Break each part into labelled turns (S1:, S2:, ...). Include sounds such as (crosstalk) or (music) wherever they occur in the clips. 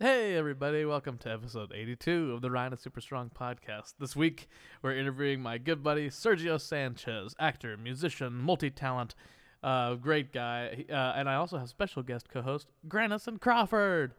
S1: Hey, everybody, welcome to episode 82 of the Ryan is Super Strong podcast. This week, we're interviewing my good buddy Sergio Sanchez, actor, musician, multi talent, uh, great guy. He- Uh, and I also have special guest co host Granison Crawford.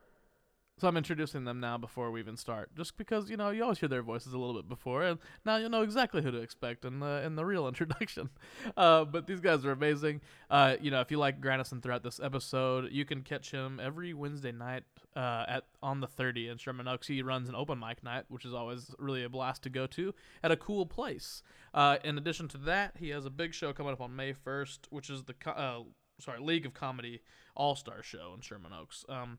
S1: So I'm introducing them now before we even start, just because, you know, you always hear their voices a little bit before, and now you'll know exactly who to expect in the, in the real (laughs) introduction. (laughs) Uh, but these guys are amazing. Uh, you know, if you like Granison throughout this episode, you can catch him every Wednesday night uh, at on the 30 in Sherman Oaks. He runs an open mic night, which is always really a blast to go to at a cool place. Uh, in addition to that, he has a big show coming up on May 1st, which is the co- uh, sorry League of Comedy All Star Show in Sherman Oaks. Um,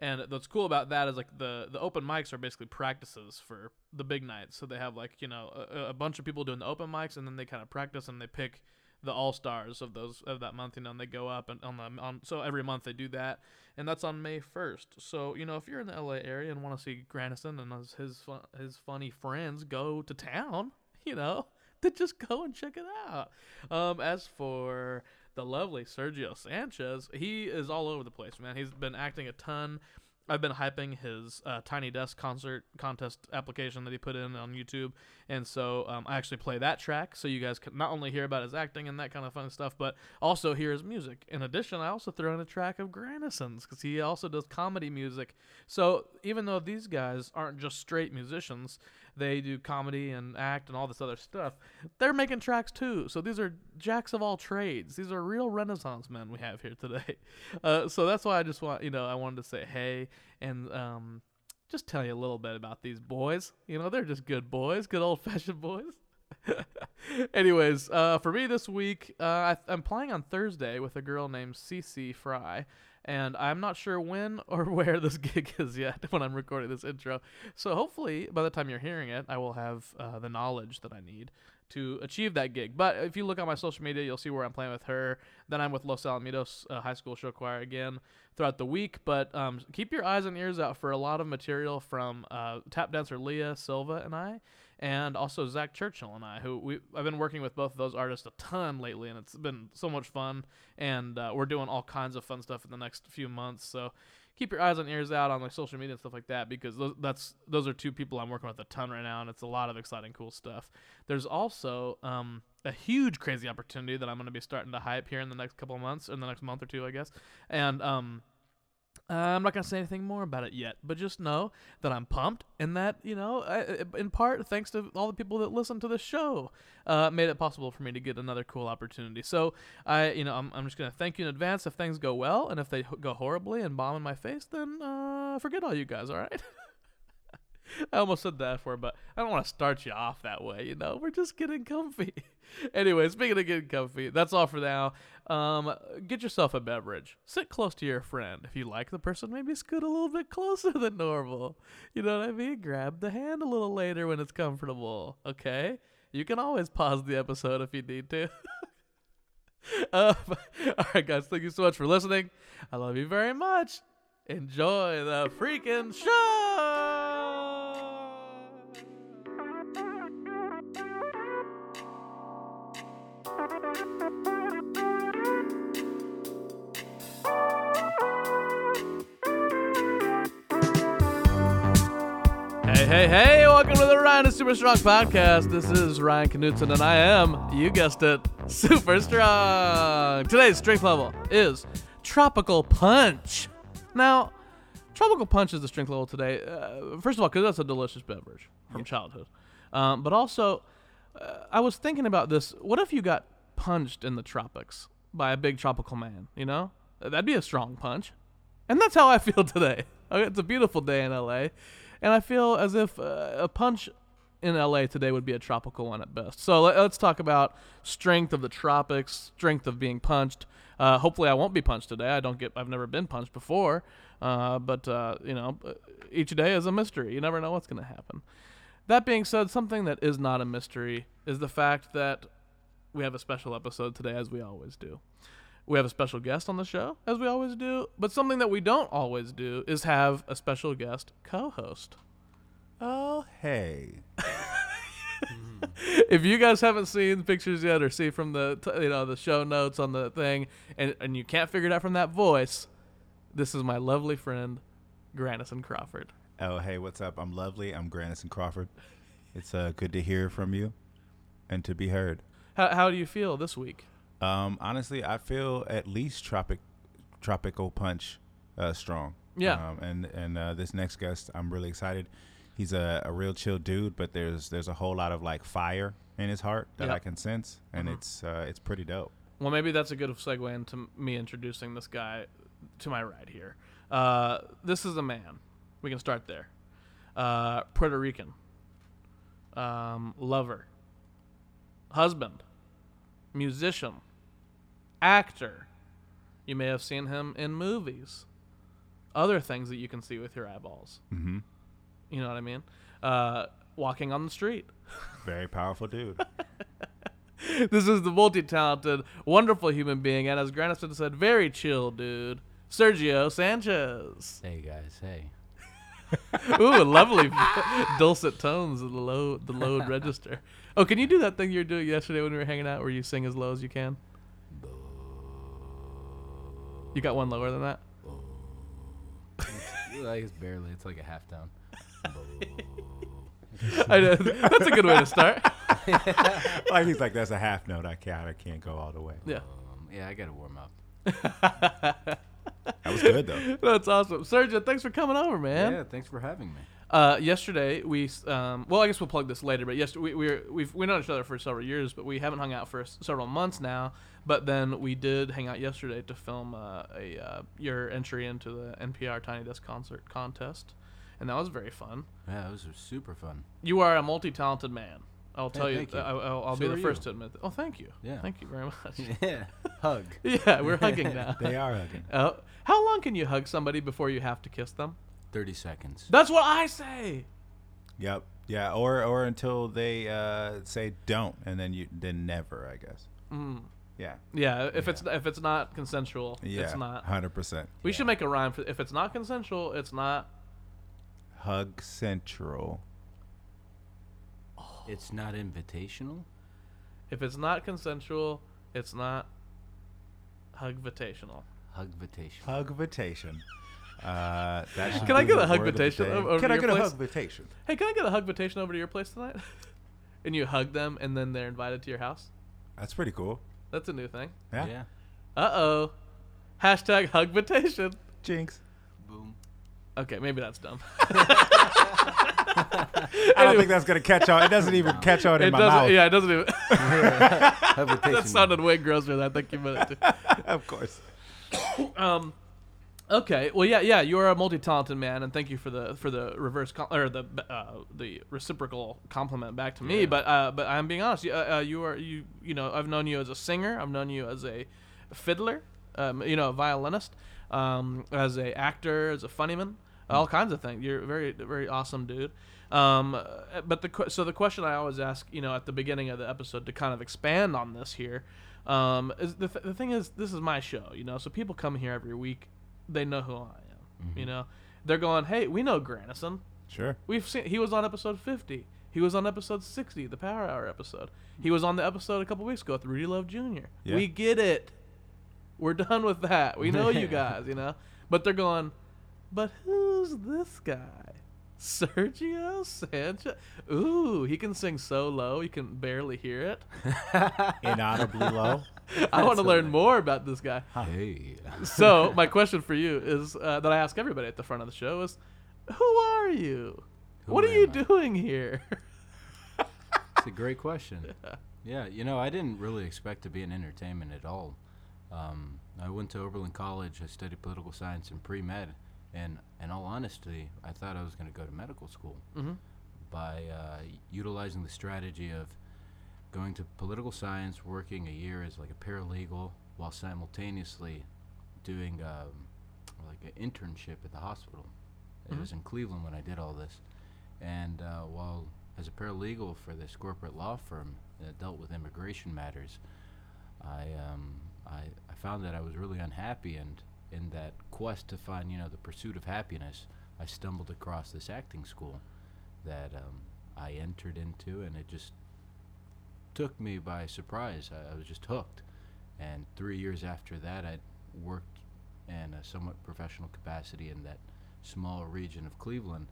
S1: and what's cool about that is like the the open mics are basically practices for the big nights. So they have like you know a, a bunch of people doing the open mics, and then they kind of practice and they pick the all stars of those of that month. You know, and they go up and on the on. So every month they do that, and that's on May first. So you know if you're in the LA area and want to see Granison and his his, fun, his funny friends go to town, (laughs) you know to just go and check it out. Um, as for the lovely Sergio Sanchez, he is all over the place, man. He's been acting a ton. I've been hyping his uh, Tiny Desk concert contest application that he put in on YouTube, and so um, I actually play that track, so you guys can not only hear about his acting and that kind of fun stuff, but also hear his music. In addition, I also throw in a track of Granison's because he also does comedy music. So even though these guys aren't just straight musicians, they do comedy and act and all this other stuff. They're making tracks too. So these are jacks of all trades. These are real Renaissance men we have here today. (laughs) Uh, so that's why I just want you know I wanted to say hey and um, just tell you a little bit about these boys. You know they're just good boys, good old fashioned boys. (laughs) Anyways, uh, for me this week, uh, I, I'm playing on Thursday with a girl named CC Fry, and I'm not sure when (laughs) or where this gig (laughs) is yet when I'm recording this intro. So hopefully, by the time you're hearing it, I will have uh, the knowledge that I need to achieve that gig. But if you look on my social media, you'll see where I'm playing with her. Then I'm with Los Alamitos uh, High School Show Choir again throughout the week. But um, keep your eyes and ears out for a lot of material from uh, tap dancer Leah Silva and I, and also Zach Churchill and I, who we I've been working with both of those artists a ton lately, and it's been so much fun. And uh, we're doing all kinds of fun stuff in the next few months. So keep your eyes and ears out on like social media and stuff like that because those, that's those are two people I'm working with a ton right now, and it's a lot of exciting, cool stuff. There's also um, a huge, crazy opportunity that I'm going to be starting to hype here in the next couple of months, in the next month or two, I guess, and um. Uh, I'm not gonna say anything more about it yet, but just know that I'm pumped, and that you know, I, I- in part thanks to all the people that listen to the show, uh, made it possible for me to get another cool opportunity. So I, you know, I'm, I'm just gonna thank you in advance if things go well, and if they h- go horribly and bomb in my face, then uh, forget all you guys. All right. (laughs) I almost said that for, but I don't want to start you off that way. You know, we're just getting comfy. (laughs) anyway, speaking of getting comfy, that's all for now. Um, get yourself a beverage. Sit close to your friend. If you like the person, maybe scoot a little bit closer (laughs) than normal. You know what I mean? Grab the hand a little later when it's comfortable. Okay. You can always pause the episode if you need to. (laughs) um, (laughs) all right, guys. Thank you so much for listening. I love you very much. Enjoy the freaking show. Hey, hey, hey, welcome to the Ryan is Super Strong podcast. This is Ryan Knutson, and I am, you guessed it, super strong. Today's strength level is Tropical Punch. Now, Tropical Punch is the strength level today, uh, first of all, because that's a delicious beverage from childhood. Um, but also, uh, I was thinking about this. What if you got punched in the tropics by a big tropical man? You know? That'd be a strong punch. And that's how I (laughs) feel today. Okay, It's a beautiful day in LA, and I feel as if uh, a punch in LA today would be a tropical one at best. So let, us talk about strength of the tropics, strength of being punched. Uh, hopefully, I won't be punched today. I don't get. I've never been punched before, uh, but uh, you know, each day is a mystery. You never know what's going to happen. That being said, something that is not a mystery is the fact that we have a special episode today, as we always do. We have a special guest on the show, as we always do. But something that we don't always do is have a special guest co-host.
S2: Oh, hey.
S1: if you guys haven't seen the pictures yet or see from the t- you know the show notes on the thing and and you can't figure it out from that voice this is my lovely friend Granison Crawford.
S2: Oh, hey, what's up? I'm lovely. I'm Grandison Crawford. It's uh, good to hear from you and to be heard.
S1: How, how do you feel this week?
S2: Um, honestly, I feel at least tropic, tropical punch uh, strong.
S1: Yeah.
S2: Um, and and uh, this next guest, I'm really excited. He's a, a real chill dude, but there's there's a whole lot of like fire in his heart that
S1: Yeah.
S2: I can sense, and it's uh, it's pretty dope.
S1: Well, maybe that's a good segue into m- me introducing this guy to my right here. Uh, this is a man. We can start there. Uh, Puerto Rican. Um, lover. Husband. Musician. Actor. You may have seen him in movies. Other things that you can see with your eyeballs.
S2: hmm
S1: You know what I mean? Uh, walking on the street.
S2: Very powerful dude. (laughs)
S1: this is the multi-talented, wonderful human being, and as Granison said, very chill dude, Sergio Sanchez.
S3: Hey guys, hey.
S1: Ooh, lovely (laughs) dulcet tones of the low the low register. Oh, can you do that thing you were doing yesterday when we were hanging out, where you sing as low as you can? You got one lower than that.
S3: like it's barely, it's like a half down.
S1: I know. (laughs) That's a good way to start.
S2: like he's like that's a half note. I can't I can't go all the way.
S1: Yeah,
S3: Um, yeah, I gotta warm up.
S2: That was good (laughs) though.
S1: that's awesome, Sergio. Thanks for coming over, man.
S3: Yeah, thanks for having me.
S1: Uh, yesterday we s- um, well I guess we'll plug this later but yes we we were, we've we known each other for several years but we haven't hung out for s- several months now but then we did hang out yesterday to film uh, a uh, your entry into the NPR Tiny Desk concert contest and that was very fun
S3: Yeah, those are super fun. (laughs)
S1: you are a multi talented man I'll tell you,
S3: thank you.
S1: I, I'll, I'll
S3: So
S1: be the
S3: are
S1: first
S3: you.
S1: to admit that. oh thank you
S3: Yeah.
S1: thank you very
S3: (laughs)
S1: much (laughs)
S3: yeah, hug.
S1: yeah we're hugging
S3: (laughs)
S1: now
S2: They are hugging.
S1: oh, how long can you hug somebody before you have to kiss them
S3: 30 seconds.
S1: that's what I say
S2: Yep. Yeah. Or or until they uh, say don't, and then you then never. I guess.
S1: Mm.
S2: Yeah.
S1: yeah if it's if it's not consensual
S2: Yeah.
S1: it's not
S2: Hundred percent.
S1: We should make a rhyme for if it's not consensual, it's not.
S2: Hug Central.
S3: It's not invitational.
S1: If it's not consensual, it's not hugvitational.
S3: Hugvitational.
S2: Hugvitation. Uh, that should
S1: Can I
S2: be
S1: get
S2: the
S1: a
S2: word of the
S1: hugvitation
S2: day.
S1: o- over
S2: Can I
S1: your
S2: get
S1: place?
S2: a hugvitation?
S1: Hey, can I get a hugvitation over to your place tonight? (laughs) and you hug them, and then they're invited to your house.
S2: That's pretty cool.
S1: That's a new thing.
S2: Yeah.
S3: yeah.
S1: Uh oh. Hashtag hugvitation.
S2: Jinx.
S3: (laughs) Boom.
S1: Okay, maybe that's dumb.
S2: I don't think that's gonna catch on. It
S1: (laughs)
S2: doesn't even catch on in
S1: it
S2: my
S1: doesn't.
S2: mouth.
S1: Yeah, it doesn't even. (laughs)
S2: (laughs)
S3: Hugvitational.
S1: that sounded way grosser than I think you meant it to.
S2: of course.
S1: Um, okay. Well, yeah, yeah. You are a multi-talented man, and thank you for the for the reverse com- or the uh, the reciprocal compliment back to me.
S3: Yeah.
S1: But uh, but I'm being honest. You, uh, uh, you are you you know I've known you as a singer. I've known you as a fiddler. Um, you know, a violinist. Um, as a actor, as a funnyman, all kinds of things. You're a very very awesome dude. Um, uh, but the que- so the question I always ask, you know, at the beginning of the episode to kind of expand on this here, um, is the, th- the thing is this is my show, you know, so people come here every week, they know who I am, you know, they're going, hey, we know Granison,
S2: Sure.
S1: we've seen he was on episode fifty, he was on episode sixty, the Power Hour episode, he was on the episode a couple weeks ago with Rudy Love Jr.
S2: Yeah.
S1: We get it, we're done with that, we know you guys, you know, but they're going, but who's this guy? Sergio Sanchez. Ooh, he can sing so low you can barely hear it.
S2: Inaudibly low.
S1: I want to learn more about this guy.
S3: Hey.
S1: So my question for you is uh, that I ask everybody at the front of the show is, who are you?
S3: Who
S1: what are you
S3: am I?
S1: doing here?
S3: It's a great question. Yeah, you know, I didn't really expect to be in entertainment at all. Um, I went to Oberlin College. I studied political science and pre med. And in all honesty, I thought I was going to go to medical school
S1: Mhm.
S3: by uh, utilizing the strategy of going to political science, working a year as like a paralegal, while simultaneously doing um, like an internship at the hospital. It was in Cleveland when I did all this. And uh, while as a paralegal for this corporate law firm that dealt with immigration matters, I, um, I, I found that I was really unhappy. And in that quest to find, you know, the pursuit of happiness, I stumbled across this acting school that um, I entered into, and it just took me by surprise. I, I was just hooked. And three years after that, I worked in a somewhat professional capacity in that small region of Cleveland,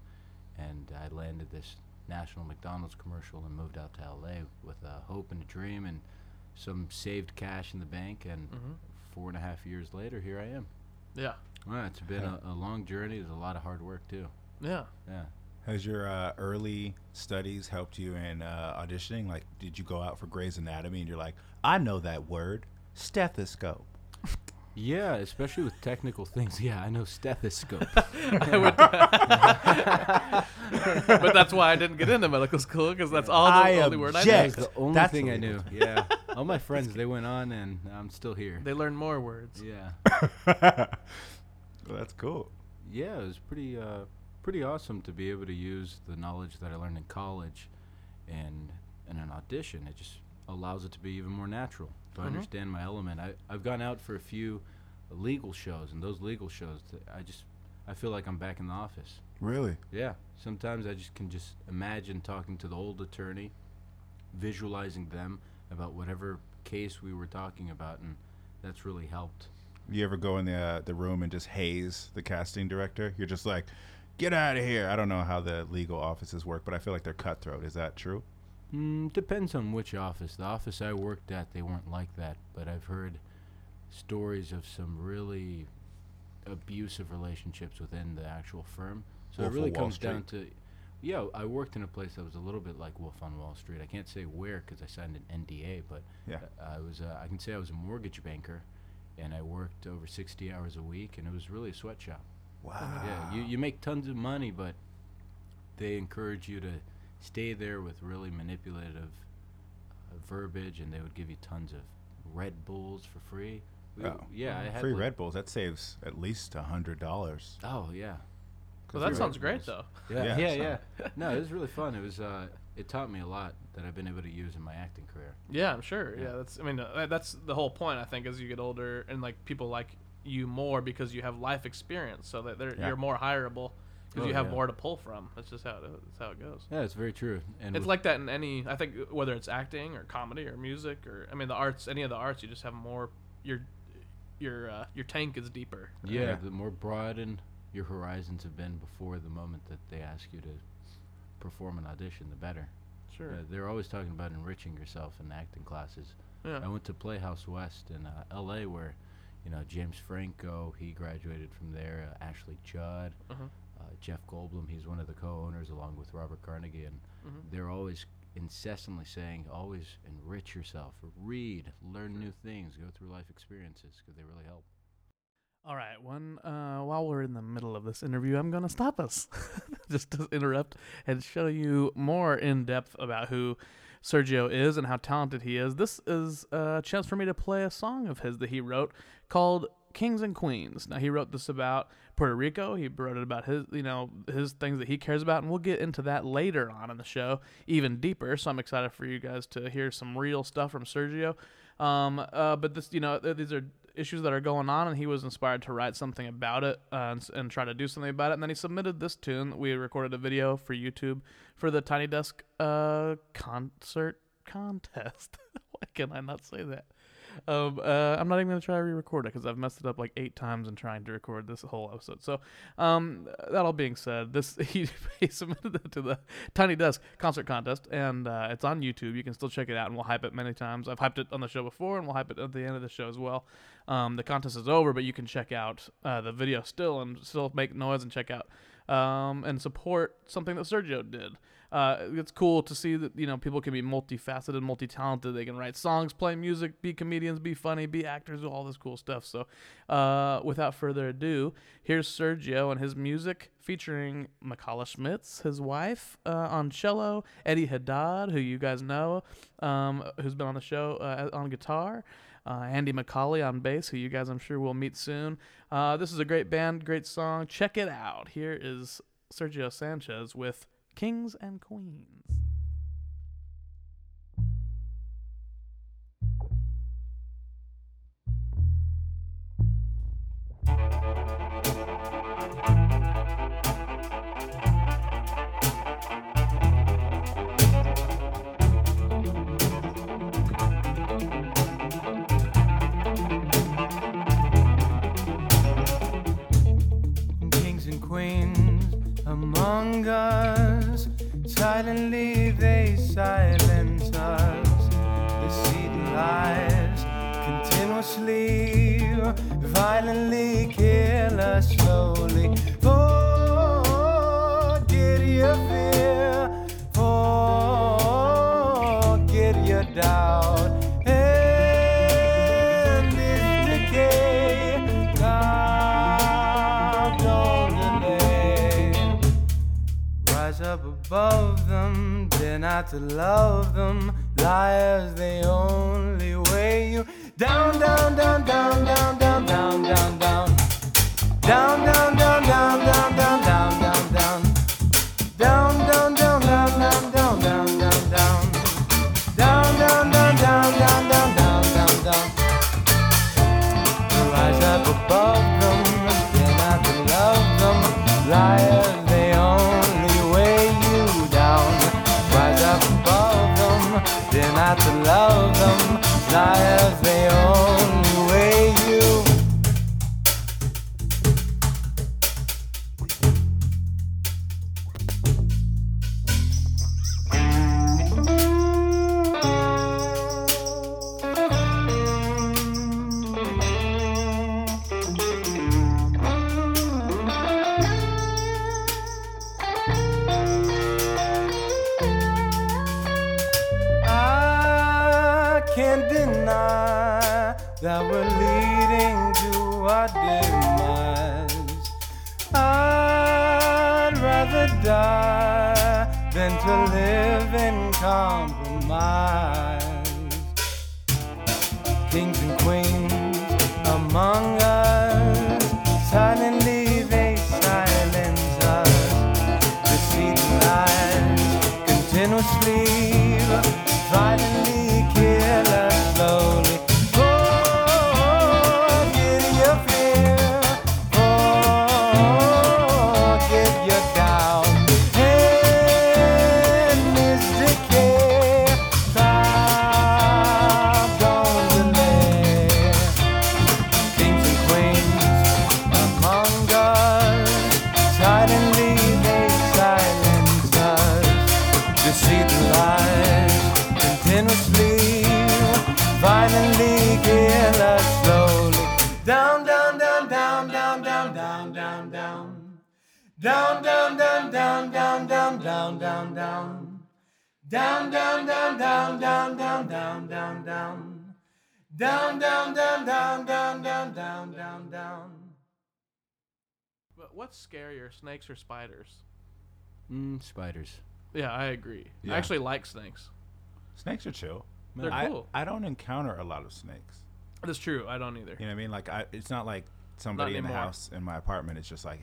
S3: and I landed this national McDonald's commercial and moved out to LA with a hope and a dream and some saved cash in the bank. And
S1: Mhm.
S3: four and a half years later, here I am.
S1: Yeah.
S3: Well, it's been a, a long journey. There's a lot of hard work too.
S1: Yeah.
S3: Yeah.
S2: Has your uh, early studies helped you in uh, auditioning? Like, did you go out for Grey's Anatomy and you're like, I know that word, (laughs) stethoscope.
S3: Yeah, especially with technical (laughs) things. Yeah, I know stethoscope.
S1: I would- but that's why I didn't get into medical school because that's all the
S2: I
S1: only word I
S2: object.
S1: know.
S3: That's the only
S2: That's
S3: thing I knew.
S2: illegal.
S3: (laughs) Yeah. All my friends, they went on, and I'm still here.
S1: They learn more words.
S3: Yeah.
S2: Well, that's cool.
S3: Yeah, it was pretty, uh, pretty awesome to be able to use the knowledge that I learned in college, and in an audition, it just allows it to be even more natural. So I
S1: Mhm.
S3: understand my element. I, I've gone out for a few legal shows, and those legal shows, th- I just, I feel like I'm back in the office.
S2: Really?
S3: Yeah. Sometimes I just can just imagine talking to the old attorney, visualizing them about whatever case we were talking about, and that's really helped.
S2: You ever go in the uh, the room and just haze the casting director? You're just like, get out of here. I don't know how the legal offices work, but I feel like they're cutthroat. Is that true?
S3: Mm, depends on which office. The office I worked at, they weren't like that, but I've heard stories of some really abusive relationships within the actual firm. So
S2: Wolf
S3: it
S2: of
S3: really
S2: Wall
S3: comes down to, yeah, I worked in a place that was a little bit like Wolf on Wall Street. I can't say where because I signed an NDA, but
S2: Yeah.
S3: I was, uh, I can say I was a mortgage banker, and I worked over 60 hours a week, and it was really a sweatshop.
S2: Wow.
S3: Yeah, you, you make tons of money, but they encourage you to stay there with really manipulative uh, verbiage, and they would give you tons of Red Bulls for free. We-
S2: Oh.
S3: Yeah, I had
S2: Free
S3: like-
S2: Red Bulls. That saves at least a hundred dollars.
S3: Oh
S2: (laughs)
S3: yeah.
S1: Well,
S3: Free
S1: that sounds
S3: Red
S1: great
S3: Bulls.
S1: though.
S3: Yeah,
S2: Yeah,
S3: yeah, yeah. No, it was really fun. It was. Uh, it taught me a lot that I've been able to use in my acting career.
S1: Yeah, I'm sure.
S3: Yeah.
S1: Yeah, that's. I mean, uh, that- that's the whole point. I think as you get older and like people like you more because you have life experience, so that they're,
S2: Yeah.
S1: you're more hireable because
S3: Oh,
S1: you have
S3: yeah.
S1: more to pull from. That's just how it, that's how it goes.
S3: Yeah, it's very true. And
S1: it's
S3: with-
S1: like that in any. I think uh, whether it's acting or comedy or music or I mean the arts, any of the arts, you just have more. Your your uh, your tank is deeper.
S3: yeah,
S2: Yeah.
S3: the more broadened your horizons have been before the moment that they ask you to perform an audition, the better.
S1: Sure.
S3: Uh, they're always talking about enriching yourself in acting classes.
S1: Yeah.
S3: I went to Playhouse West in uh, L.A., where you know James Franco, he graduated from there. Uh, Ashley Judd,
S1: Uh-huh.
S3: uh, Jeff Goldblum, he's one of the co-owners along with Robert Carnegie, and
S1: Mhm.
S3: they're always incessantly saying, always enrich yourself, read, learn new things, go through life experiences, because they really help.
S1: All right. One. Uh, while we're in the middle of this interview, I'm going to stop us, (laughs) just to interrupt and show you more in depth about who Sergio is and how talented he is. This is a chance for me to play a song of his that he wrote called "Kings and Queens." Now he wrote this about Puerto Rico. He wrote it about his, you know, his things that he cares about, and we'll get into that later on in the show, even deeper. So I'm excited for you guys to hear some real stuff from Sergio. Um, uh, but this, you know, th- these are issues that are going on, and he was inspired to write something about it uh, and, s- and try to do something about it. And then he submitted this tune. We recorded a video for YouTube for the Tiny Desk uh, concert contest. (laughs) Why can I not say that? Um, uh, I'm not even gonna try to re-record it because I've messed it up like eight times in trying to record this whole episode. So, um, that all being said, this (laughs) he, he submitted it to the Tiny Desk concert contest, and uh, it's on YouTube. You can still check it out, and we'll hype it many times. I've hyped it on the show before, and we'll hype it at the end of the show as well. Um, the contest is over, but you can check out uh, the video still, and still make noise and check out um, and support something that Sergio did. Uh, it's cool to see that you know people can be multifaceted, multi-talented. They can write songs, play music, be comedians, be funny, be actors, all this cool stuff. So, uh, without further ado, here's Sergio and his music featuring Makala Schmitz, his wife, uh, on cello, Eddie Haddad, who you guys know, um, who's been on the show uh, on guitar, uh, Andy McCauley on bass, who you guys I'm sure will meet soon. Uh, this is a great band, great song. Check it out. Here is Sergio Sanchez with Kings and Queens.
S4: Kings and queens.
S3: among us. Silently they silence us. The seed lies continuously, violently kill us slowly. Forget your fear, forget your doubt. And this decay, carved on the day. Rise up above them, dare not to love them. Liars, the only way you down, down, down, down, down, down, down, down, down, down, down, down, down, down, down, down, down, down, down, down, down, down, down, down, down, down, down, down, down, down, down, down, down, down, down, down. Rise up above them, dare not to love them. Liars, they only weigh you down. Rise up above them, dare not to love them. Liars, they only weigh you I can't deny that we're leading to our demise. I'd rather die than to live in compromise kings and queens among us. Silently they silence us. Deceit and lies continuously, violently kill us slowly. Oh, Forget your fear, forget your doubt. And this decay, carved on the lair kings and queens among us. Silently they silence us. Deceit and lies continuously, violently kill us slowly. Down, down, down, down, down, down, down, down, down. Down, down, down, down, down, down, down, down, down. Down, down, down, down, down, down, down, down, down. Down, down, down, down, down, down, down, down, down.
S1: But what's scarier, snakes or spiders?
S5: Mm, spiders.
S1: Yeah, I agree.
S2: Yeah.
S1: I actually like snakes.
S2: Snakes are chill.
S1: They're
S2: I,
S1: cool.
S2: I don't encounter a lot of snakes.
S1: That's true. I don't either.
S2: You know what I mean? Like, I, it's not like somebody in the
S1: anymore.
S2: house in my apartment. It's just like,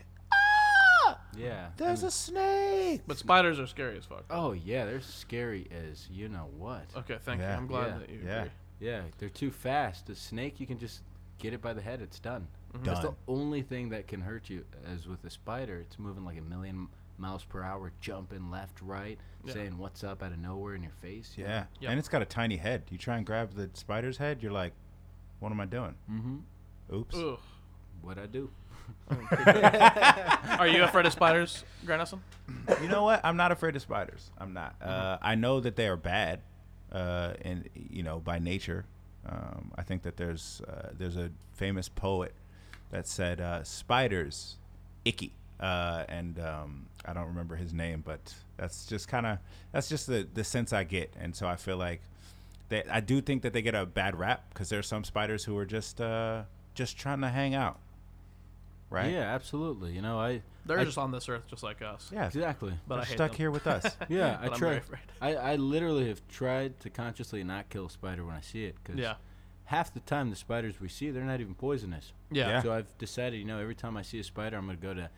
S5: Yeah.
S2: there's a snake.
S1: But spiders are scary as fuck.
S5: Oh yeah, they're scary as you know what.
S1: Okay, thank
S2: Yeah.
S1: you. I'm glad
S5: Yeah.
S1: that you
S2: Yeah.
S1: agree.
S5: Yeah, they're too fast. A snake, you can just get it by the head. It's done. That's
S2: Mm-hmm. Done.
S5: the only thing that can hurt you. As with a spider, it's moving like a million miles per hour, jumping left, right,
S1: Yeah.
S5: saying "What's up?" out of nowhere in your face. you know?
S2: Yeah.
S1: Yep.
S2: And it's got a tiny head. You try and grab the spider's head, you're like, what am I doing?
S5: Mhm.
S1: Mm-hmm.
S2: Oops.
S1: Ugh.
S5: What I do?
S1: Are you afraid of spiders, Granison?
S2: you know what? I'm not afraid of spiders. I'm not.
S1: Mm-hmm.
S2: Uh, I know that they are bad, uh, and you know by nature. Um, I think that there's uh, there's a famous poet that said uh, spiders icky, uh, and um, I don't remember his name, but that's just kind of that's just the the sense I get, and so I feel like they, I do think that they get a bad rap because there are some spiders who are just uh, just trying to hang out, right?
S5: Yeah, absolutely. You know, I
S1: They're
S5: I-
S1: just on this earth just like us.
S2: yeah.
S5: exactly.
S1: But
S2: they're
S1: I hate
S2: stuck
S1: them.
S2: here with us.
S1: (laughs)
S5: Yeah, I
S1: But I'm very
S5: try.
S1: afraid.
S5: I, I literally have tried to consciously not kill a spider when I see it because
S1: Yeah.
S5: half the time the spiders we see they're not even poisonous.
S1: Yeah.
S2: Yeah.
S5: So I've decided, you know, every time I see a spider, I'm going to go to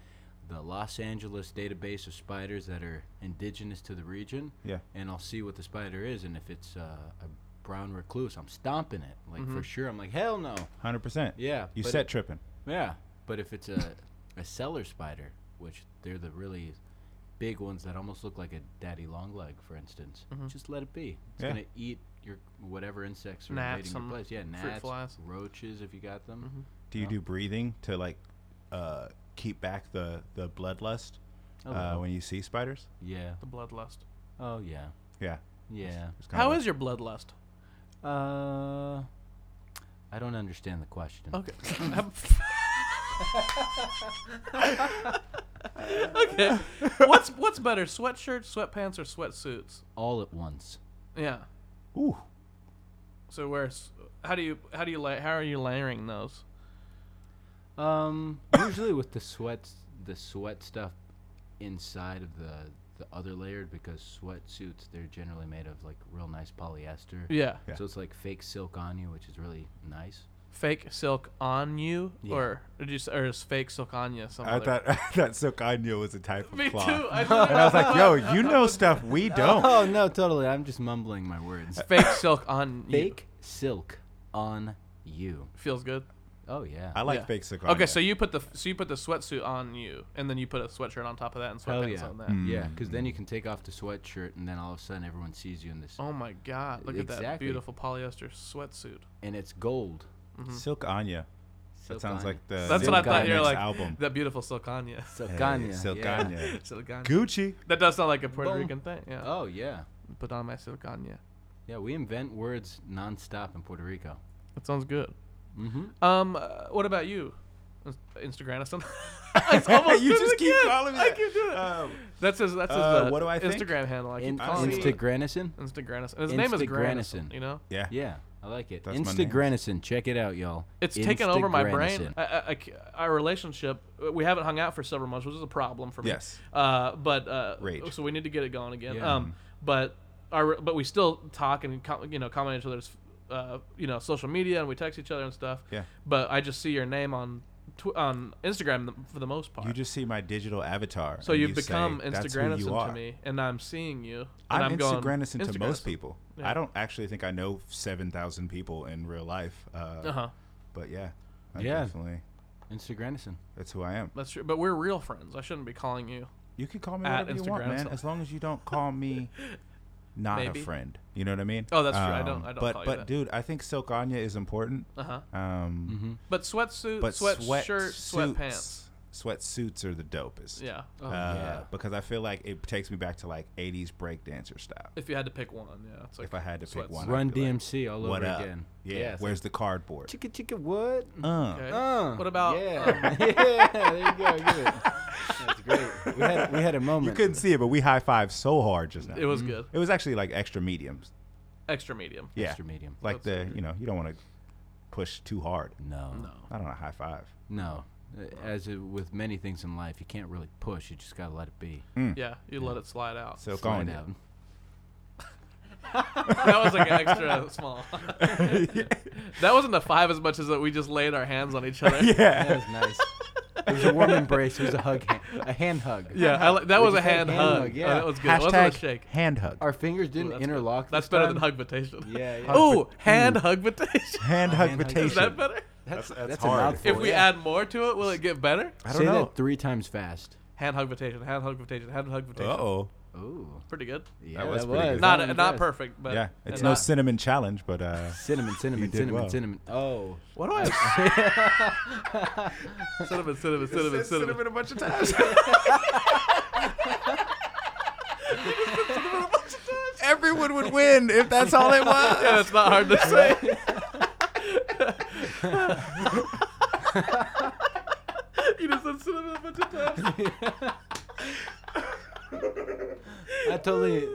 S5: the Los Angeles database of spiders that are indigenous to the region,
S2: yeah.
S5: and I'll see what the spider is. And if it's uh, a brown recluse, I'm stomping it, like
S1: Mm-hmm.
S5: for sure. I'm like, hell no.
S2: Hundred percent.
S5: Yeah.
S2: You
S5: but
S2: set tripping.
S5: yeah, but if it's a a cellar spider, which they're the really big ones that almost look like a daddy long leg, for instance,
S1: Mm-hmm.
S5: just let it be. It's
S2: Yeah.
S5: gonna eat your whatever insects are
S1: Gnats
S5: invading
S1: and
S5: your place. Yeah,
S1: fruit
S5: gnats,
S1: flies.
S5: roaches if you got them.
S2: Do you do breathing to like uh, keep back the the bloodlust?
S3: I
S2: uh,
S3: love-
S2: when you see spiders.
S1: Mm-hmm.
S3: yeah.
S1: The bloodlust.
S3: Oh yeah.
S2: Yeah.
S3: Yeah.
S2: It's kinda
S1: How
S2: like-
S1: is your bloodlust?
S3: Uh, I don't understand the question.
S1: Okay. (laughs) okay. What's what's better, sweatshirts, sweatpants, or sweatsuits?
S3: All at once.
S1: Yeah.
S2: Ooh.
S1: So where's how do you how do you la- how are you layering those? (coughs)
S3: Um, usually with the sweats, the sweat stuff inside of the the other layered because sweatsuits they're generally made of like real nice polyester.
S1: Yeah.
S2: Yeah.
S3: So it's like fake silk on you, which is really nice.
S1: Fake silk on you,
S3: Yeah.
S1: or did you s- or is fake silk on you? Some
S2: I
S1: other-
S2: thought (laughs) I thought Sokanya was a type
S1: (laughs)
S2: of
S1: Me
S2: cloth.
S1: too.
S2: (laughs)
S1: I,
S2: And I was like, yo, you know stuff we don't.
S3: (laughs) Oh no, totally. I'm just mumbling my
S2: Uh,
S3: words.
S1: (laughs) fake silk on you.
S3: Fake silk on you.
S1: feels good.
S3: Oh yeah.
S2: I like
S1: Yeah.
S2: fake Sokanya.
S1: Okay, so you put the so you put the sweatsuit on you, and then you put a sweatshirt on top of that and
S3: Hell
S1: sweatpants
S3: yeah.
S2: Hmm.
S1: on that.
S3: Yeah, because then you can take off the sweatshirt, and then all of a sudden everyone sees you in this,
S1: Oh my God! Look at that
S3: Exactly.
S1: beautiful polyester sweatsuit.
S3: and it's gold.
S2: Silk Anya. That
S3: Silk
S2: sounds
S3: on
S2: like the
S1: That's what I thought. You're
S2: Silk Anya's
S1: like
S2: album.
S1: that beautiful silkanya. (laughs)
S3: Silk
S2: Hey,
S3: on ya,
S2: Silk
S3: yeah.
S2: Anya.
S1: Silkanya.
S2: Gucci.
S1: That does sound like a Puerto
S3: Boom.
S1: Rican thing. Yeah.
S3: Oh yeah,
S1: Put on my silkanya.
S3: yeah. We invent words nonstop in Puerto Rico.
S1: That sounds good.
S3: Mm-hmm.
S1: Um, uh, what about you? Ins- Instagram or
S2: (laughs)
S1: something? (laughs) It's almost
S2: You
S1: did it
S2: just keep
S1: again.
S2: calling me
S1: I
S2: that.
S1: keep doing it.
S2: Um,
S1: that's his. That's his.
S2: uh,
S1: uh,
S2: what do I think?
S1: Instagram handle. I keep
S3: In,
S1: calling
S2: Insta-
S1: it
S3: Instagranison.
S1: Instagranison. His name is Granison.
S3: Instagranison.
S1: You know,
S2: yeah.
S3: Yeah, I like it.
S2: That's my name.
S3: Instagranison. Check it out, y'all.
S1: it's taken over my brain.
S3: Instagranison.
S1: I, I- I c- our relationship. uh, We haven't hung out for several months, which is a problem for me.
S2: Yes.
S1: Uh, but uh,
S2: Rage.
S1: so we need to get it going again.
S3: Yeah.
S1: Um, but our but we still talk and com- you know comment on each other's uh, you know social media and we text each other and stuff.
S2: Yeah.
S1: But I just see your name on tw- on Instagram th- for the most part.
S2: You just see my digital avatar.
S1: so
S2: and
S1: you've
S2: you
S1: become
S2: say, "That's who you
S1: Instagramison
S2: are."
S1: to me, and I'm seeing you. And
S2: I'm,
S1: going,
S2: Instagramison to most
S1: Instagramison.
S2: people.
S1: Yeah.
S2: I don't actually think I know 7,000 people in real life. Uh,
S1: Uh-huh.
S2: But yeah, I
S3: Yeah.
S2: definitely.
S3: Instagranison.
S2: That's who I am.
S1: That's true. But we're real friends. I shouldn't be calling you.
S2: You can call me
S1: At
S2: whatever you want, man.
S1: Instagramison.
S2: As long as you don't
S1: (laughs)
S2: call me not
S1: Maybe.
S2: a friend. You know what I mean? Um,
S1: Oh, that's true. I don't- I don't
S2: But
S1: call you
S2: but
S1: that.
S2: dude, I think Silk Anya is important.
S1: Uh huh.
S2: Um,
S1: But
S3: Mm-hmm.
S1: sweatsuit,
S2: but sweat
S1: sweatshirt, sweatpants.
S2: suits- Sweatsuits are the dopest.
S1: Yeah.
S3: Oh
S2: Uh,
S3: yeah.
S2: Because I feel like it takes me back to like 80s breakdancer style.
S1: If you had to pick one, yeah. It's like
S2: If I had to pick
S1: sweatsuit.
S2: one, I'd
S3: Run
S2: be like,
S3: DMC all
S2: what
S3: over
S2: up?
S3: again.
S2: Yeah.
S3: it's
S2: Where's the
S3: like,
S2: cardboard?
S3: chicka chicka wood?
S2: Uh.
S1: Okay.
S3: Uh,
S1: What about, um,
S3: Yeah, (laughs) yeah. There you go.
S1: (laughs)
S3: Give it. That's great. We had we had a moment.
S2: You couldn't see it, but we high five so hard just now.
S1: It was good.
S2: It was actually like extra mediums.
S1: Extra medium.
S2: mm. Yeah.
S3: Extra medium.
S2: Like the you know you don't want to push too hard.
S3: No.
S1: No.
S2: I don't know high five.
S3: No. Uh, As it, with many things in life, you can't really push. You just gotta let it be.
S1: Yeah. You let it slide out.
S2: So
S3: Slide
S2: going.
S3: out.
S1: (laughs) that was like an extra (laughs) small. that wasn't a five as much as that we just laid our hands on each other. (laughs)
S2: (laughs) (laughs) Yeah.
S3: That was nice. It was a warm embrace. It was a hug, a hand hug.
S1: Yeah, I li- that
S3: We
S1: was a
S3: just had
S1: hand,
S3: hand
S1: hug.
S3: hug,
S1: Yeah,
S3: yeah.
S1: that was good. It wasn't
S2: Hashtag
S1: a shake.
S2: hand hug.
S3: Our fingers didn't
S1: that's good.
S3: interlock.
S1: That's
S3: this
S1: better
S3: time.
S1: than hugvitation.
S3: Yeah,
S1: (laughs)
S3: yeah.
S1: Ooh, hand hugvitation. (laughs)
S2: Hand
S3: hand hug.
S1: Is that
S2: mm. hugvitation.
S1: better?
S3: That's,
S2: That's- that's
S3: a
S2: hard.
S3: mouthful,
S1: If we
S3: yeah.
S1: add more to it, will it get better?
S2: I
S3: say
S2: don't know.
S3: that three times fast.
S1: Hand hugvitation. Hand hugvitation. Hand hugvitation.
S2: Uh oh.
S3: Ooh,
S1: Pretty good.
S3: yeah,
S2: was pretty good.
S1: Not
S3: I'm
S1: not
S3: impressed.
S1: perfect, but
S2: Yeah. It's
S1: and
S2: no
S1: not-
S2: cinnamon challenge, but uh.
S3: Cinnamon, cinnamon,
S2: did
S3: cinnamon,
S2: well.
S3: cinnamon. Oh,
S1: What do I?
S3: (laughs)
S1: cinnamon, cinnamon, cinnamon, cinnamon. (laughs)
S2: a bunch of times. Everyone would win if that's all it was.
S1: (laughs) Yeah, that's not hard to say. (laughs) you just said cinnamon a bunch of times.
S3: I totally.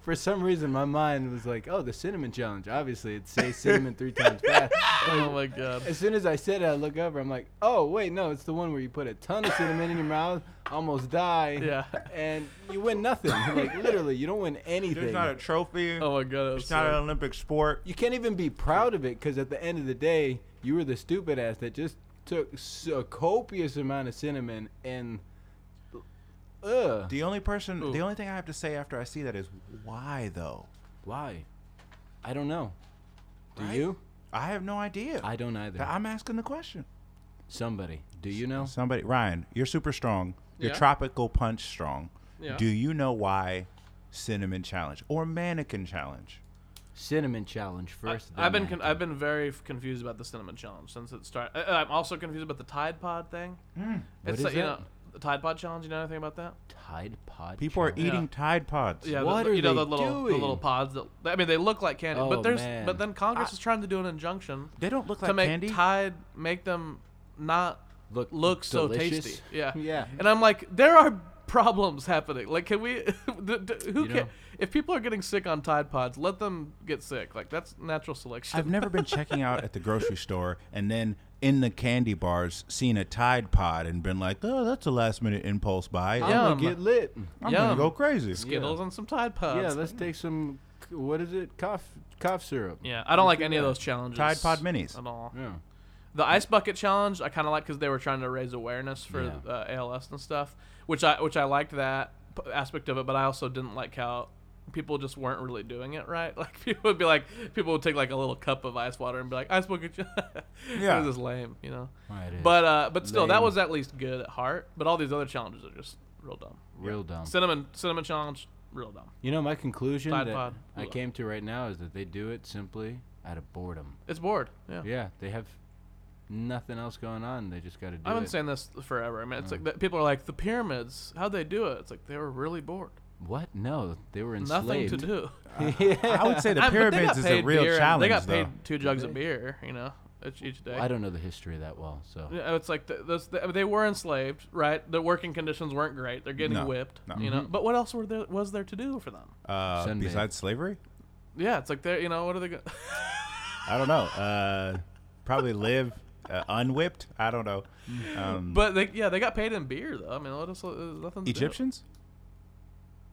S3: For some reason, my mind was like, "Oh, the cinnamon challenge." Obviously, it says cinnamon three times
S1: (laughs)
S3: fast.
S1: (laughs) Oh my god.
S3: As soon as I said it, I look over. I'm like, "Oh, wait, no, it's the one where you put a ton of cinnamon in your mouth, almost die,
S1: Yeah.
S3: and you
S1: (laughs)
S3: win nothing. like literally, you don't win anything.
S2: There's not a trophy.
S1: Oh my god. that was
S2: it's not an
S1: so-
S2: Olympic sport.
S3: you can't even be proud of it because at the end of the day, you were the stupid ass that just took s- a copious amount of cinnamon and. Ugh.
S2: The only person,
S1: Ooh.
S2: the only thing I have to say after I see that is why though.
S3: Why? I don't know. Do
S2: Right?
S3: you?
S2: I have no idea.
S3: I don't either.
S2: Th- I'm asking the question.
S3: Somebody. Do you know?
S2: Somebody, Ryan, you're super strong. You're
S1: Yeah.
S2: tropical punch strong.
S1: Yeah.
S2: Do you know why cinnamon challenge or mannequin challenge?
S3: Cinnamon challenge first.
S1: I've
S3: then
S1: been con-
S3: mannequin.
S1: I've been very f- confused about the cinnamon challenge since it started. I, I'm also confused about the Tide Pod thing. It's
S3: Hmm.
S1: like,
S3: What is
S1: you know
S3: that?
S1: The Tide Pod challenge. You know anything about that?
S3: Tide Pod.
S2: People are
S3: challenge.
S2: eating Tide Pods.
S1: Yeah,
S3: What
S1: the,
S3: are
S1: you know
S3: they
S1: the little the little
S3: doing?
S1: pods that I mean they look like candy,
S3: Oh,
S1: but there's
S3: man.
S1: but then Congress is trying to do an injunction
S2: They don't look
S1: to
S2: like
S1: make
S2: candy.
S1: Tide make them not
S3: Look,
S1: look so
S3: delicious.
S1: tasty. Yeah,
S3: (laughs) Yeah.
S1: And I'm like, there are problems happening. Like, can we? (laughs) d- d- who
S3: You
S1: can?
S3: know.
S1: If people are getting sick on Tide Pods, let them get sick. Like that's natural selection.
S2: I've never been checking out at
S1: (laughs)
S2: the grocery store and then in the candy bars seen a Tide Pod and been like, oh, that's a last minute impulse buy.
S3: I'm
S2: I'm,
S1: Yum.
S3: gonna get lit.
S2: gonna
S1: Oh, Yum.
S2: go crazy.
S1: Skittles and some Tide Pods.
S3: Yeah, let's take some. c- What is it? Cough cough syrup.
S1: Yeah, I don't like
S3: do
S1: any of
S3: that.
S1: those challenges.
S2: Tide Pod Minis.
S1: at all.
S3: Yeah.
S1: The ice bucket challenge I kind of like because they were trying to raise awareness for
S3: Yeah.
S1: uh, ALS and stuff, which I which I liked that p- aspect of it, but I also didn't like how people just weren't really doing it right. (laughs) Like people would be like, people would take like a little cup of ice water and be like, ice (laughs) bucket. challenge."
S2: Yeah.
S1: it was just lame, you know.
S3: Right, it is.
S1: But uh, but still, that
S3: Lame.
S1: was at least good at heart. But all these other challenges are just real dumb.
S3: real dumb.
S1: Cinnamon cinnamon challenge, real dumb.
S3: You know, my conclusion
S1: Tide
S3: that
S1: Pod.
S3: I came to right now is that they do it simply out of boredom.
S1: It's bored. Yeah.
S3: Yeah, they have nothing else going on. They just got to do
S1: I've
S3: it.
S1: been saying this forever. I mean, it's like that people are like the pyramids. How'd they do it? It's like they were really bored.
S3: what? No, they were enslaved.
S1: Nothing to do.
S2: I would say
S1: (laughs)
S2: the
S1: I- but they got
S2: pyramids is a
S1: paid
S2: real
S1: beer and-
S2: challenge,
S1: They got
S2: though.
S1: paid two jugs of beer, you know, each, each day.
S3: I don't know the history that well, so
S1: Yeah, It's like the, those, the, they were enslaved, right? The working conditions weren't great. They're getting
S2: No,
S1: whipped,
S2: no.
S3: Mm-hmm.
S1: you know. But what else were there, was there to do for them?
S2: Uh,
S3: Sunbathe.
S2: besides slavery,
S1: Yeah, it's like they're, you know, what are they? Go- (laughs)
S2: I don't know. Uh, probably live uh, unwhipped. I don't know. Um,
S1: but they, yeah, they got paid in beer though. I mean, what else? There's nothing. to do.
S2: Egyptians?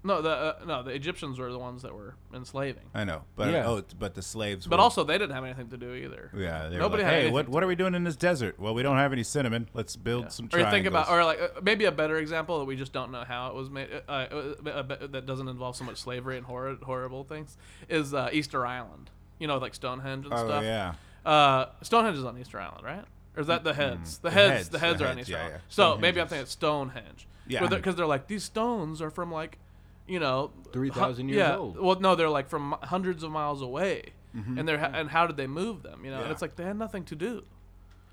S1: No, the uh, no, the Egyptians were the ones that were enslaving.
S2: I know, but
S3: Yeah.
S2: oh, but the slaves.
S1: But
S2: were,
S1: also, they didn't have anything to do either.
S2: yeah, they
S1: nobody had
S2: were like, hey,
S1: anything
S2: what
S1: to
S2: what are we doing in this desert? Well, we don't have any cinnamon. Let's build
S1: Yeah.
S2: some.
S1: or you think about,
S2: triangles."
S1: or like uh, maybe a better example that we just don't know how it was made, uh, uh, uh, uh, that doesn't involve so much slavery and horrid, horrible things, is uh, Easter Island. You know, like Stonehenge and
S2: oh
S1: stuff.
S2: yeah, Mm.
S1: Uh, Stonehenge is on Easter Island, right? Or is that the heads? the,
S2: the
S1: heads,
S2: heads,
S1: the
S2: the
S1: heads are on
S2: heads,
S1: Easter
S2: yeah,
S1: Island.
S2: yeah.
S1: So maybe I'm
S2: Stonehenge.
S1: thinking it's Stonehenge.
S2: Yeah.
S1: Because they're like these stones are from like, you know, hu-
S3: 3,000 years
S1: yeah.
S3: old.
S1: Well, no, they're like from mi- hundreds of miles away, and they're ha- and how did they move them? You know, and
S2: Mm-hmm. Yeah.
S1: it's like they had nothing to do.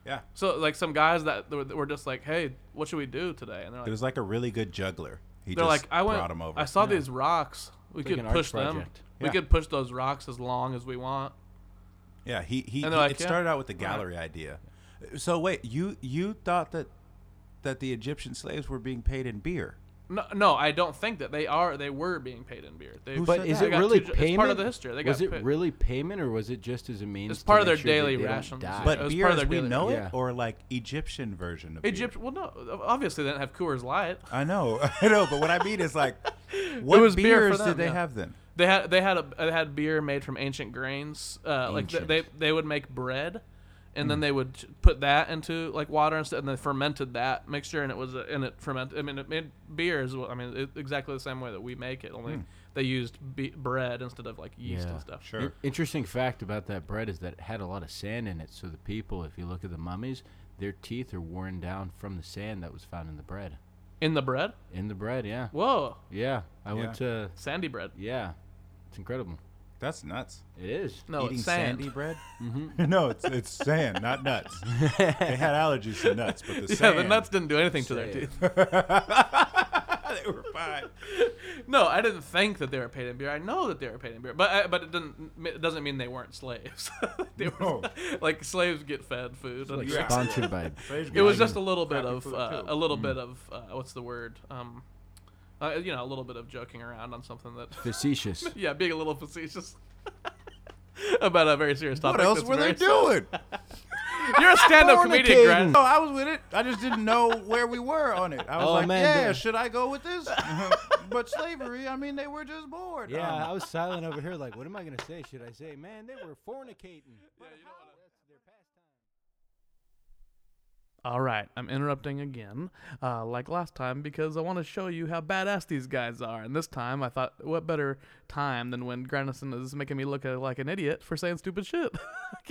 S2: yeah.
S1: So like some guys that were, were just like, hey, what should we do today? And they're
S2: It
S1: like,
S2: was like a really good juggler. He
S1: they're
S2: just
S1: like, I went,
S2: brought him over.
S1: I saw these rocks. We
S3: like
S1: could
S3: an art
S1: push them.
S3: project.
S1: We
S2: Yeah.
S1: could push those rocks as long as we want.
S2: Yeah, he he.
S1: And
S2: he-
S1: they're like,
S2: it
S1: "Yeah,
S2: started out with the
S1: right."
S2: gallery idea. So wait, you you thought that that the Egyptian slaves were being paid in beer?
S1: No, no, I don't think that they are. They were being paid in beer. They,
S3: But
S2: said
S1: they
S3: is
S2: that?
S3: it
S1: got
S3: really
S1: two ju-
S3: payment?
S1: It's part of the history. They
S3: was
S1: got
S3: it
S1: paid.
S3: really payment, or was it just as a means?
S1: It's
S3: to
S1: part of their
S3: make sure that
S1: daily
S3: they don't
S1: rations.
S3: die?
S1: It
S2: But
S1: was
S2: beer
S1: part of
S2: as
S1: their
S2: we
S1: daily
S2: know it,
S3: diet.
S2: or like Egyptian version of
S1: Egypt? Well, no. Obviously, they didn't have Coors Light.
S2: Beer? I know, (laughs) I know. But what I mean
S1: (laughs)
S2: is like, what
S1: was beer for
S2: beers
S1: them,
S2: did they
S1: yeah.
S2: have then?
S1: They had they had a they had beer made from ancient grains. Uh, like th-
S3: Ancient.
S1: they they would make bread, and
S2: Mm.
S1: then they would put that into like water and stuff, and they fermented that mixture, and it was a, and it fermented. I mean, it made beer is what- I mean it, exactly the same way that we make it. Only they used be- bread instead of like yeast
S3: Yeah.
S1: and stuff.
S2: Hmm. Sure.
S3: In- Interesting fact about that bread is that it had a lot of sand in it. So the people, if you look at the mummies, their teeth are worn down from the sand that was found in the bread.
S1: In the bread?
S3: In the bread, yeah,
S1: Whoa,
S3: yeah. I
S2: Yeah.
S3: went to
S1: sandy bread.
S3: yeah, it's incredible.
S2: That's nuts.
S3: It is.
S1: No,
S2: Eating
S1: it's (laughs) sand.
S2: sandy bread? (laughs) no, it's it's sand,
S1: (laughs)
S2: not nuts. they had allergies to nuts, but the
S1: Yeah,
S2: sand.
S1: the nuts didn't do anything to their
S3: Sand.
S1: teeth.
S2: (laughs) they were fine.
S1: No, I didn't think that they were paid in beer. I know that they were paid in beer, but I, but it doesn't it doesn't mean they weren't slaves. (laughs) they were
S2: No.
S1: like slaves get fed food.
S3: Like
S1: and-
S2: Yeah.
S3: sponsored by
S1: It was just a little bit
S2: crappy
S1: of
S2: food,
S1: uh,
S2: too. Mm.
S1: a little bit of uh, what's the word? Um, uh, you know, a little bit of joking around on something that (laughs)
S3: facetious.
S1: yeah, being a little facetious (laughs) about a very serious topic.
S2: What else
S1: that's
S2: were they
S1: very serious. (laughs)
S2: doing?
S1: You're a
S2: (laughs)
S1: stand-up comedian,
S3: Fornicating.
S1: Grant.
S2: No, I was with it. I just didn't know where we were on it. I was
S3: Oh,
S2: like,
S3: man,
S2: yeah,
S3: the-
S2: should I go
S1: (laughs)
S2: with this? (laughs) but slavery, I mean, they were just bored.
S3: Yeah,
S2: Um,
S3: I was silent over here. Like, what am I gonna say? Should I say, man, they were fornicating?
S1: All right, I'm interrupting again, uh, like last time, because I want to show you how badass these guys are. And this time, I thought, what better time than when Granison is making me look uh, like an idiot for saying stupid shit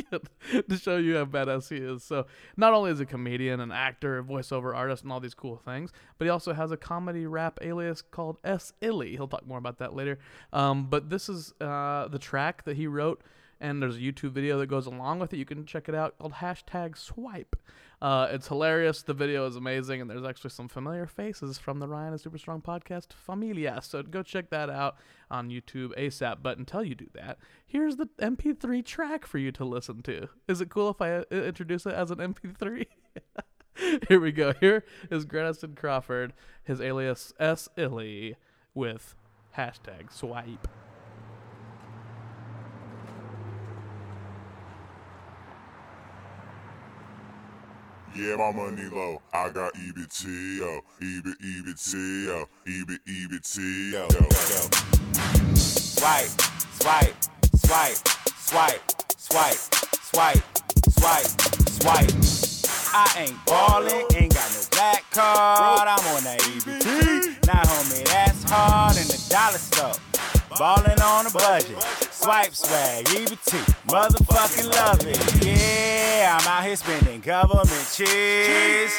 S1: (laughs) to show you how badass he is. So, not only is he a comedian, an actor, a voiceover artist, and all these cool things, but he also has a comedy rap alias called S Illy. He'll talk more about that later. Um, but this is uh, the track that he wrote and there's a YouTube video that goes along with it. You can check it out called hashtag Swipe. Uh, it's hilarious. The video is amazing, and there's actually some familiar faces from the Ryan and Super Strong podcast Familia. So go check that out on YouTube ASAP. But until you do that, here's the MP3 track for you to listen to. Is it cool if I uh, introduce it as an MP3? (laughs) Here we go. Here is Grandison Crawford, his alias S Illy, with hashtag Swipe.
S6: Yeah, my money low. I got E EBTO, EBIT, EBTO, EBIT, EBTO.
S2: Swipe, swipe, swipe, swipe, swipe, swipe, swipe, swipe. I ain't ballin', ain't got no black card. I'm on that EBT. Now, homie, that's hard in the dollar store. Ballin' on a budget. Swipe swag, EBT. Motherfucking love it. Yeah, I'm out here spending government cheese.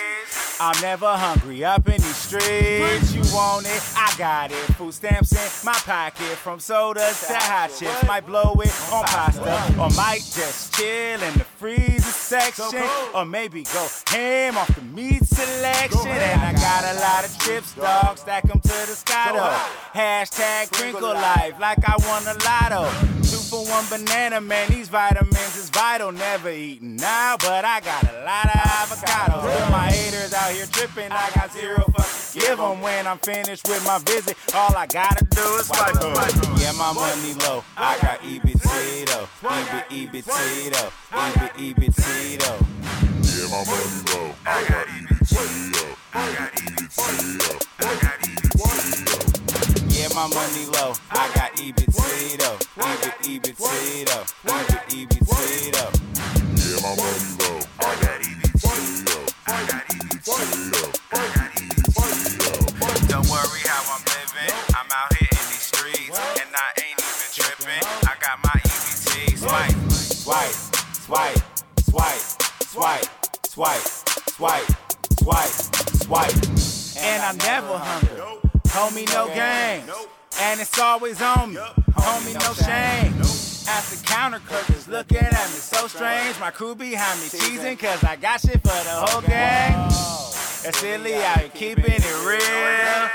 S2: I'm never hungry up in these streets. You want it? I got it. Food stamps in my pocket. From sodas to hot chips. Might blow it on pasta. Or might just chill in the freezer section. Or maybe go ham off the meat selection. And I got a lot of chips, dog. Stack 'em to the sky, though. Hashtag wrinkle life like I won a lotto. Two for one banana, man. These vitamins is vital. Never eating now, but I got a lot of avocados. My haters out here tripping. I got zero fucks to give 'em when I'm finished with my visit. All I gotta do is swipe 'em. Yeah, my money low. I got EBT though. EBT though. EBT though.
S6: Yeah, my money low. I got E EBTO, EBTO, EBTO.
S2: Yeah, my money low. I got EBT though. EBT though. EBT though.
S6: Yeah, my money low. I got EBTO, EBTO, EBTO.
S2: Don't worry how I'm living. I'm out here in these streets, and I ain't even tripping. I got my EBT. Swipe, swipe, swipe, swipe, swipe, swipe, swipe, swipe, swipe. And I'm never hungry. Homie, no games. And it's always on me. Homie, no shame. At the counter, clerk is looking at me so strange. My crew behind me teasing, cause I got shit for the whole gang. That's silly out here keeping it real.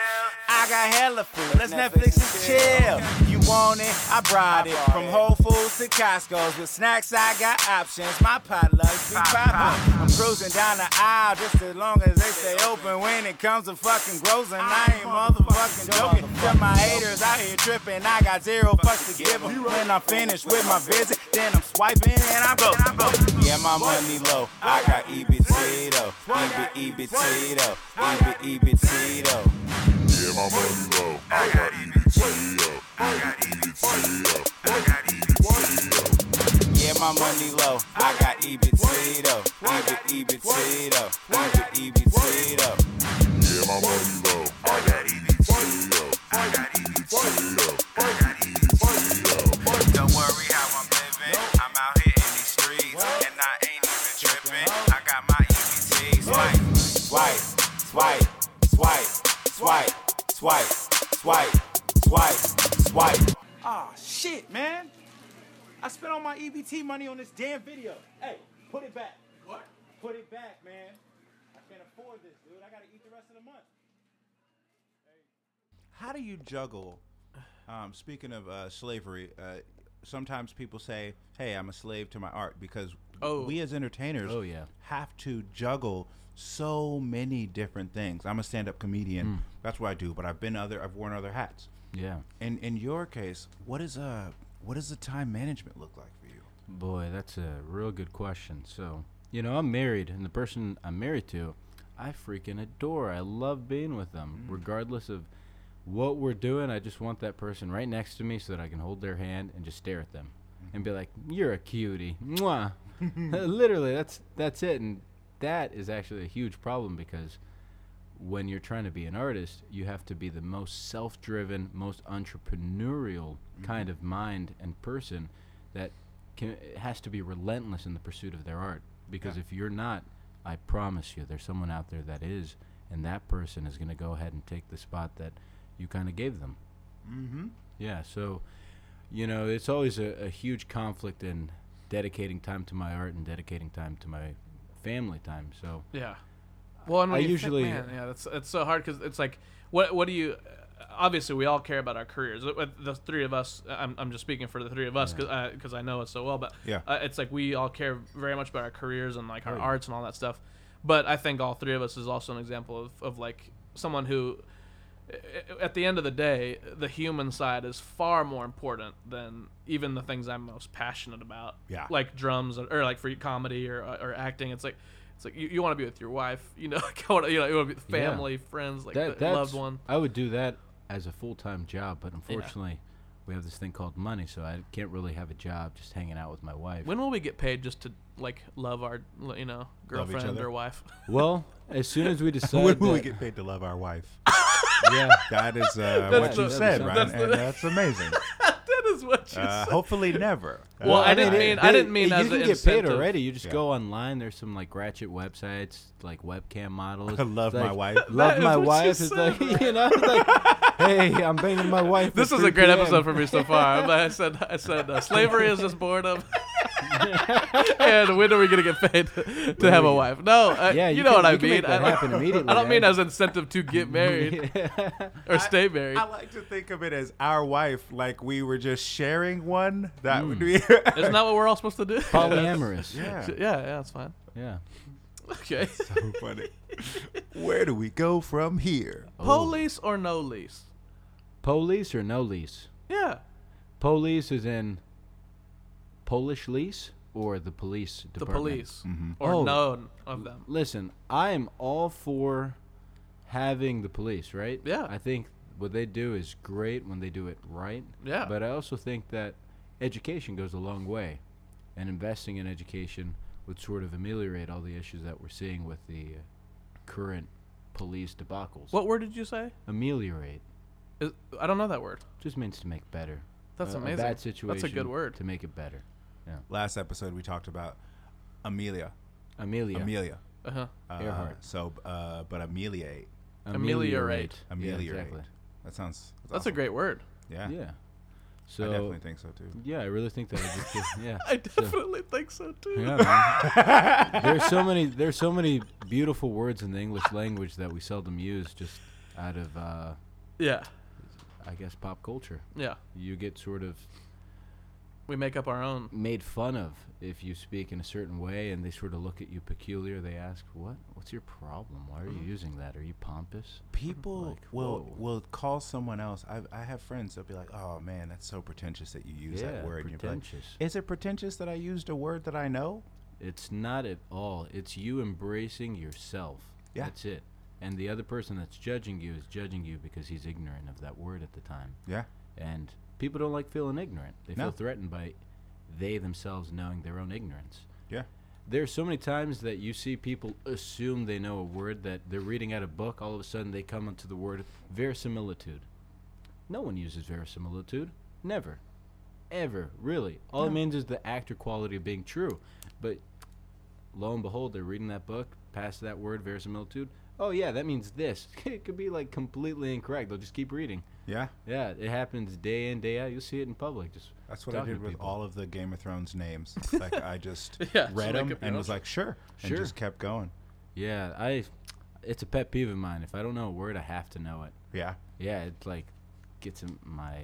S2: I got hella food. Let's Netflix and chill. You want it? I brought it from Whole Foods to Costco's. With snacks, I got options. My potlucks be poppin'. I'm cruising down the aisle just as long as they stay open. When it comes to fucking groceries, I ain't motherfucking joking. To my haters out here tripping, I got zero fucks to give 'em. When I'm finished with my visit, then I'm swiping and I go. Yeah, my money low. I got EBT though. E EBT though. E EBT though.
S6: Yeah, my money low. I got E EBTO, EBTO, EBTO.
S2: Yeah, my money low. I got EBT though. EBT though. EBT though.
S6: Yeah, my money low. I got
S2: E
S6: EBTO, EBTO,
S2: E
S6: EBTO.
S2: Don't worry how I'm living. I'm out here in these streets, and I ain't even tripping. I got my E EBT. Swipe, swipe, swipe, swipe, swipe, swipe, swipe, swipe, swipe. Ah, shit, man. I spent all my EBT money on this damn video. Hey, put it back. What? Put it back, man. I can't afford this, dude. I gotta eat the rest of the month.
S7: How do you juggle? Um, speaking of uh, slavery, uh, sometimes people say, "Hey, I'm a slave to my art," because
S1: Oh.
S7: we as entertainers
S3: Oh, yeah.
S7: have to juggle so many different things. I'm a stand-up comedian.
S3: Mm.
S7: That's what I do. But I've been other. I've worn other hats.
S3: Yeah.
S7: In in your case, what is uh what does the time management look like for you?
S3: Boy, that's a real good question. So, you know, I'm married, and the person I'm married to, I freaking adore. I love being with them, regardless of what we're doing. I just want that person right next to me so that I can hold their hand and just stare at them and be like, "You're a cutie." Mwah. (laughs) Literally, that's that's it, and that is actually a huge problem because when you're trying to be an artist, you have to be the most self driven, most entrepreneurial kind of mind and person that can, has to be relentless in the pursuit of their art. Because if you're not, I promise you, there's someone out there that is, and that person is going to go ahead and take the spot that you kind of gave them. Mm-hmm. Yeah, so you know, it's always a, a huge conflict in dedicating time to my art and dedicating time to my family time. So
S1: Yeah. Well, and
S3: I
S1: when you
S3: usually-
S1: think, man, yeah, that's it's so hard because it's like, what what do you? Obviously, we all care about our careers. Uh, The three of us, I'm, I'm just speaking for the three of us because I know us so well. But
S2: Yeah.
S1: uh, it's like we all care very much about our careers and like our arts and all that stuff. But I think all three of us is also an example of, of like someone who, uh, at the end of the day, the human side is far more important than even the things I'm most passionate about
S2: Yeah.
S1: like drums or, or like for comedy or uh, or acting. It's like it's like you, you want to be with your wife, you know, (laughs) like, I wanna- you know, you want to be with
S3: Yeah.
S1: family, friends, like
S3: that
S1: the
S3: that's,
S1: loved one.
S3: I would do that as a full time job, but unfortunately, we have this thing called money, so I can't really have a job just hanging out with my wife.
S1: When will we get paid just to like love our l- you know girlfriend
S2: other.
S1: or wife? (laughs)
S3: well, as soon (laughs) as we decide,
S2: When will we
S3: that-
S2: get paid to love our wife?
S3: (laughs) yeah,
S2: That is uh,
S1: That's
S2: what you
S1: the-
S2: said,
S3: that's
S2: Ryan,
S1: the-
S2: and that's amazing.
S1: that is what you
S2: Uh,
S1: said.
S2: hopefully, never.
S1: Well,
S2: Uh,
S1: I didn't mean- I didn't mean
S3: you
S1: as
S3: can
S1: an
S3: get
S1: incentive.
S3: paid already. You just
S2: Yeah.
S3: go online. There's some like ratchet websites, like webcam (laughs) models.
S2: I (laughs) love
S3: It's
S2: my
S3: like,
S2: wife.
S1: That
S3: Love
S1: is
S3: my
S1: what you
S3: wife is
S1: said,
S3: like (laughs) you know it's
S1: (laughs)
S3: like hey I'm banging my wife. at
S1: This is
S3: 3
S1: a great
S3: PM.
S1: episode for me so far. But I said I said uh, slavery is just boredom. (laughs) and when are we gonna get paid to have a wife? No, uh,
S3: Yeah,
S1: you,
S3: you
S1: know
S3: can-
S1: what I
S3: you can
S1: mean.
S3: make
S1: (laughs)
S3: that
S1: I,
S3: happen immediately,
S1: I don't mean
S3: man.
S1: as incentive to
S3: (laughs)
S1: get married (laughs) or stay married.
S2: I like to think of it as our wife, like we were just sharing one. That would be.
S1: Isn't that what we're all supposed to do?
S3: (laughs) Polyamorous.
S2: yeah.
S1: (laughs) yeah, yeah, that's fine. (laughs)
S3: Yeah.
S1: Okay.
S2: so funny. (laughs) Where do we go from here?
S1: Police or no lease?
S3: Police or no lease?
S1: Yeah.
S3: Police is in Polish lease or the police
S1: The
S3: department?
S1: police. Or
S3: Oh.
S1: none of them.
S3: Listen, I am all for having the police, right?
S1: Yeah.
S3: I think what they do is great when they do it right.
S1: Yeah.
S3: But I also think that education goes a long way, and investing in education would sort of ameliorate all the issues that we're seeing with the uh, current police debacles.
S1: What word did you say?
S3: Ameliorate
S1: Is, I don't know that word.
S3: just means to make better.
S1: That's
S3: A-
S1: amazing.
S3: A bad situation.
S1: That's a good word.
S3: To make it better. Yeah.
S2: Last episode, we talked about Amelia.
S3: Amelia.
S2: Amelia.
S1: Uh-huh.
S2: Uh,
S3: Earhart.
S2: So, uh, but ameliate.
S1: Ameliorate.
S3: Yeah,
S2: Ameliorate.
S3: exactly.
S2: That sounds.
S1: That's
S3: Oh.
S1: a great word.
S2: Yeah.
S3: Yeah. So
S2: I definitely think so too.
S3: yeah, I really think that. I just, did-
S2: (laughs)
S3: yeah.
S1: (laughs) I
S3: So-
S1: definitely think so too.
S3: yeah, man. there's so many there's so many beautiful words in the English language that we seldom use just out of uh,
S1: Yeah.
S3: I guess pop culture.
S1: Yeah.
S3: You get sort of
S1: We make up our own.
S3: made fun of if you speak in a certain way and they sort of look at you peculiar. They ask, "What? What's your problem? Why are
S2: Mm-hmm.
S3: you using that? Are you pompous?"
S2: People
S3: Like,
S2: will
S3: whoa.
S2: will call someone else. I, I have friends that'll be like, "Oh man, that's so pretentious that you use
S3: Yeah,
S2: that word." And you're like,
S3: pretentious.
S2: "Is it pretentious that I used a word that I know?"
S3: It's not at all. It's you embracing yourself.
S2: Yeah.
S3: That's it. And the other person that's judging you is judging you because he's ignorant of that word at the time.
S2: Yeah.
S3: And people don't like feeling ignorant. They
S2: No.
S3: feel threatened by they themselves knowing their own ignorance.
S2: Yeah.
S3: There's so many times that you see people assume they know a word that they're reading out a book, all of a sudden they come into the word verisimilitude. No one uses verisimilitude. Never. Ever, really. All it means is the actor quality of being true. But lo and behold, they're reading that book, past that word verisimilitude. Oh yeah, that means this. (laughs) it could be like completely incorrect. They'll just keep reading.
S2: Yeah.
S3: Yeah, it happens day in, day out. You'll see it in public. Just
S2: That's what I
S3: talking
S2: did
S3: to
S2: with
S3: people.
S2: all of the Game of Thrones
S3: (laughs)
S2: names. like I just
S1: Yeah, just make
S2: read them
S1: up your
S2: and
S1: own
S2: was like, "Sure," and
S3: Sure.
S2: just kept going.
S3: Yeah, I. It's a pet peeve of mine. If I don't know a word, I have to know it.
S2: Yeah.
S3: Yeah, it like gets in my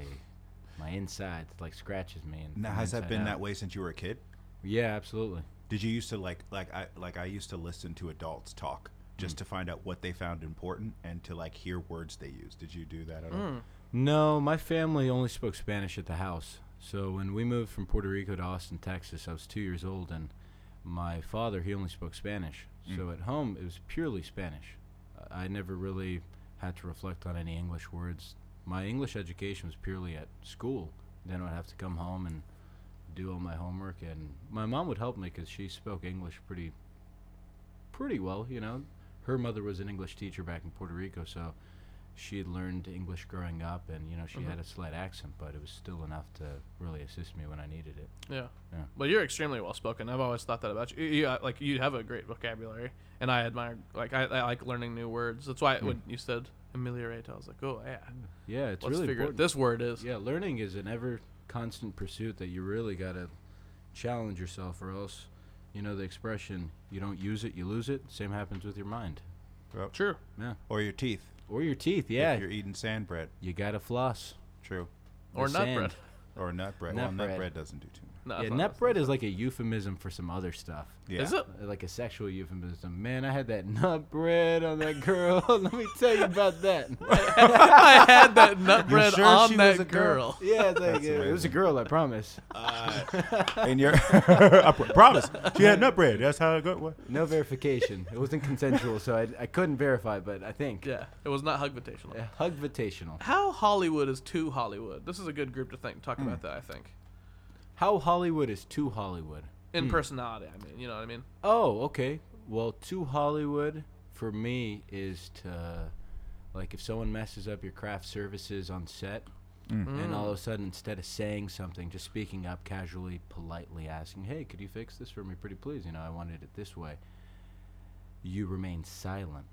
S3: my insides, like scratches me. And
S2: Now,
S3: from
S2: has that
S3: inside
S2: been
S3: out.
S2: that way since you were a kid?
S3: Yeah, absolutely.
S2: Did you used to like like I like I used to listen to adults talk just
S3: Mm.
S2: to find out what they found important and to like hear words they use. Did you do that at
S3: Hmm.
S2: all?
S3: No, my family only spoke Spanish at the house. So when we moved from Puerto Rico to Austin, Texas, I was two years old, and my father he only spoke Spanish.
S2: Mm.
S3: So at home it was purely Spanish. I I never really had to reflect on any English words. My English education was purely at school. Then I'd have to come home and do all my homework, and my mom would help me because she spoke English pretty pretty well, you know. Her mother was an English teacher back in Puerto Rico, so she had learned English growing up, and you know she had a slight accent, but it was still enough to really assist me when I needed it.
S1: Yeah.
S3: Yeah.
S1: Well, you're extremely well spoken. I've always thought that about you. You- you. uh, Like you have a great vocabulary, and I admire. Like I, I like learning new words. That's why when you said ameliorate, I was like, oh yeah,
S3: Yeah, Hmm. it's
S1: let's
S3: really
S1: figure
S3: important.
S1: this word is.
S3: Yeah, learning is an ever constant pursuit that you really got to challenge yourself, or else, you know, the expression, you don't use it, you lose it. Same happens with your mind.
S2: Yep.
S1: Sure.
S3: Yeah.
S2: Or your teeth.
S3: Or your teeth.
S2: if
S3: Yeah.
S2: you're eating sand bread.
S3: You got to floss.
S2: True.
S1: Or
S3: The
S1: nut
S3: sand.
S1: bread. (laughs)
S2: Or nut bread.
S3: Nut
S2: well, nut
S3: bread.
S2: bread doesn't do too much.
S1: No,
S3: Yeah,
S1: that's not
S3: nut
S1: us.
S3: bread is like a euphemism for some other stuff.
S2: Yeah.
S1: Is it?
S3: Uh, Like a sexual euphemism. Man, I had that nut bread on that girl. (laughs) Let me tell you about that.
S1: (laughs) I had
S3: (laughs)
S1: that nut bread
S2: sure
S1: on
S2: she was a
S1: that
S2: girl?
S1: girl.
S3: yeah, it's like, uh, it was a
S2: amazing.
S3: girl, I promise.
S2: And your (laughs) I pr- promise she had nut bread. That's how it go. What?
S3: No verification. It wasn't consensual, so I, I couldn't verify, but I
S1: (laughs)
S3: think.
S1: Yeah, it was not hugvitational.
S3: Uh, Hugvitational.
S1: How Hollywood is too Hollywood. This is a good group to think
S3: Hmm.
S1: talk about that. I think
S3: How Hollywood is to Hollywood.
S1: in personality. I mean, you know what I mean.
S3: Oh, okay. Well, to Hollywood for me is to like if someone messes up your craft services on set and all of a sudden instead of saying something, just speaking up casually, politely asking, "Hey, could you fix this for me, pretty please? You know, I wanted it this way." You remain silent.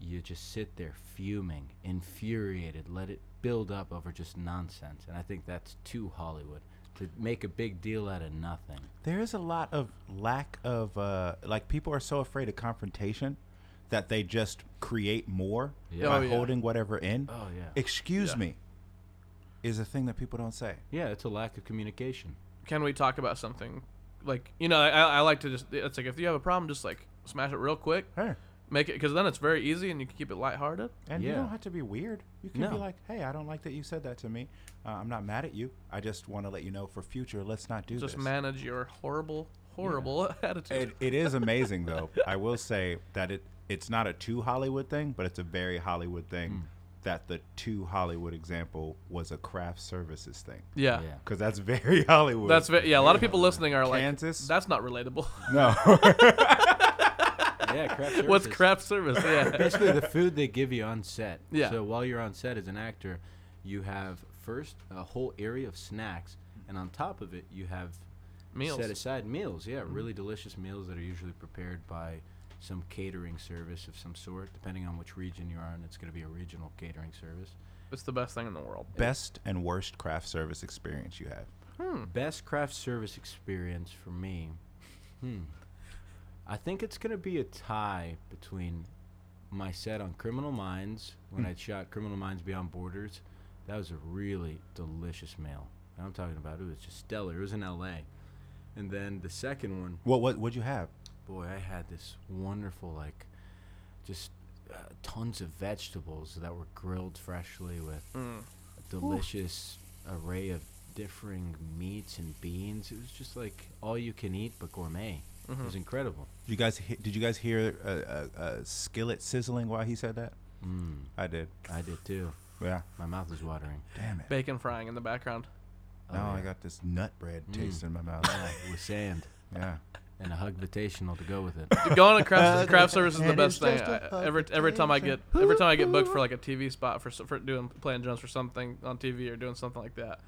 S3: You just sit there fuming, infuriated, let it build up over just nonsense. And I think that's too Hollywood to make a big deal out of nothing.
S2: There is a lot of lack of uh, like people are so afraid of confrontation that they just create more
S3: Yeah.
S2: by
S1: Oh, yeah.
S2: holding whatever in.
S3: Oh, yeah.
S2: Excuse me, is a thing that people don't say.
S3: Yeah, it's a lack of communication.
S1: Can we talk about something like you know? I, I like to just. It's like if you have a problem, just like smash it real quick,
S2: Hey,
S1: make it because then it's very easy and you can keep it lighthearted.
S2: and you
S3: Yeah.
S2: don't have to be weird. You can be
S3: No.
S2: like, hey, I don't like that you said that to me. Uh, I'm not mad at you. I just want to let you know for future, let's not do
S1: Just
S2: this.
S1: manage your horrible, horrible (laughs) attitude.
S2: It, it is amazing though. (laughs) I will say that it it's not a too Hollywood thing, but it's a very Hollywood thing that the too Hollywood example was a craft services thing.
S1: yeah.
S3: Yeah.
S2: Because that's very (laughs) Hollywood.
S1: That's ve- yeah. A lot of people listening are like,
S2: Kansas?
S1: "That's not relatable." (laughs)
S2: no.
S3: Yeah, craft services.
S1: What's craft service? Yeah,
S3: Basically, the food they give you on set.
S1: Yeah.
S3: So while you're on set as an actor, you have first a whole area of snacks, and on top of it, you have
S1: meals. Mm-hmm.
S3: set aside meals. Yeah, really delicious meals that are usually prepared by some catering service of some sort, depending on which region you're in. It's going to be a regional catering service.
S1: It's the best thing in the world.
S2: Best and worst craft service experience you have.
S3: Best craft service experience for me. Hmm. I think it's going to be a tie between my set on Criminal Minds when I shot Criminal Minds Beyond Borders. That was a really delicious meal. And I'm talking about it was just stellar. It was in LA. And then the second one,
S2: What what would you have?
S3: boy, I had this wonderful like just uh, tons of vegetables that were grilled freshly with a delicious array of differing meats and beans. It was just like all you can eat but gourmet. It was incredible.
S2: Did you guys he- did you guys hear a, a, a skillet sizzling while he said that?
S3: Mm,
S2: I did.
S3: I did too.
S2: Yeah.
S3: My mouth is watering.
S2: Damn it.
S1: Bacon frying in the background.
S2: now
S3: yeah.
S2: I got this nut bread taste in my (laughs) mouth.
S3: with sand
S2: yeah.
S3: and a hugvitational to go with it.
S1: Going to
S3: (laughs)
S1: craft, craft service is the
S2: And
S1: best
S2: it's
S1: thing.
S2: just a
S1: I- every every time I get every time I get booked for like a TV spot for s- for doing playing drums for something on TV or doing something like that,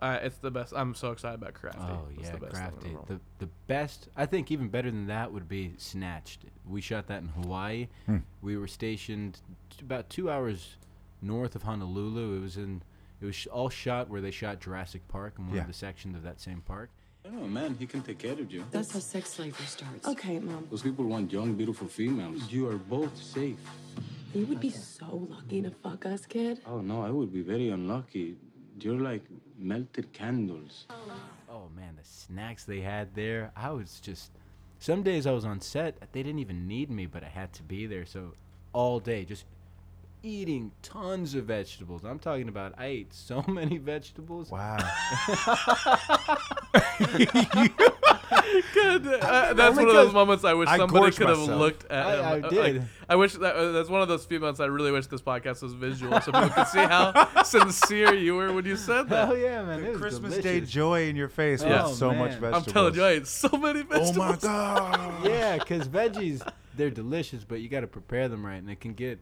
S1: uh, it's the best. I'm so excited about crafty.
S3: Oh
S1: It's
S3: yeah,
S1: the best thing in the
S3: crafty.
S1: world.
S3: The the best. I think even better than that would be snatched. We shot that in Hawaii. We were stationed t- about two hours north of Honolulu. It was in. It was sh- all shot where they shot Jurassic Park and one
S2: Yeah.
S3: of the sections of that same park.
S8: Oh man, he can take care of you.
S9: That's how sex slavery starts.
S10: Okay, Mom.
S8: Those people want young, beautiful females. You are both safe.
S10: You would be so lucky to fuck us, kid.
S8: Oh no, I would be very unlucky. You're like melted candles.
S3: Oh man, the snacks they had there. I was just. Some days I was on set. They didn't even need me, but I had to be there. So all day just eating tons of vegetables. I'm talking about I ate so (laughs) many vegetables.
S2: Wow.
S1: Uh, that's one of those moments I wish
S2: I
S1: somebody
S2: gorged
S1: could have
S2: myself.
S1: looked at.
S3: I-
S1: him.
S3: I
S1: Uh, like,
S3: did.
S1: I wish that uh, that's one of those few moments I really wish this podcast was visual so people could see how sincere you were when you said that.
S3: (laughs) Oh yeah, man! it was
S2: Christmas Day
S3: delicious.
S2: joy in your face
S3: Yeah.
S2: with
S3: Oh,
S2: so much
S3: man.
S2: vegetables.
S1: I'm telling you, I ate so many (laughs)
S2: Oh
S1: vegetables.
S2: my god!
S3: Yeah, because veggies they're delicious, but you got to prepare them right, and it can get.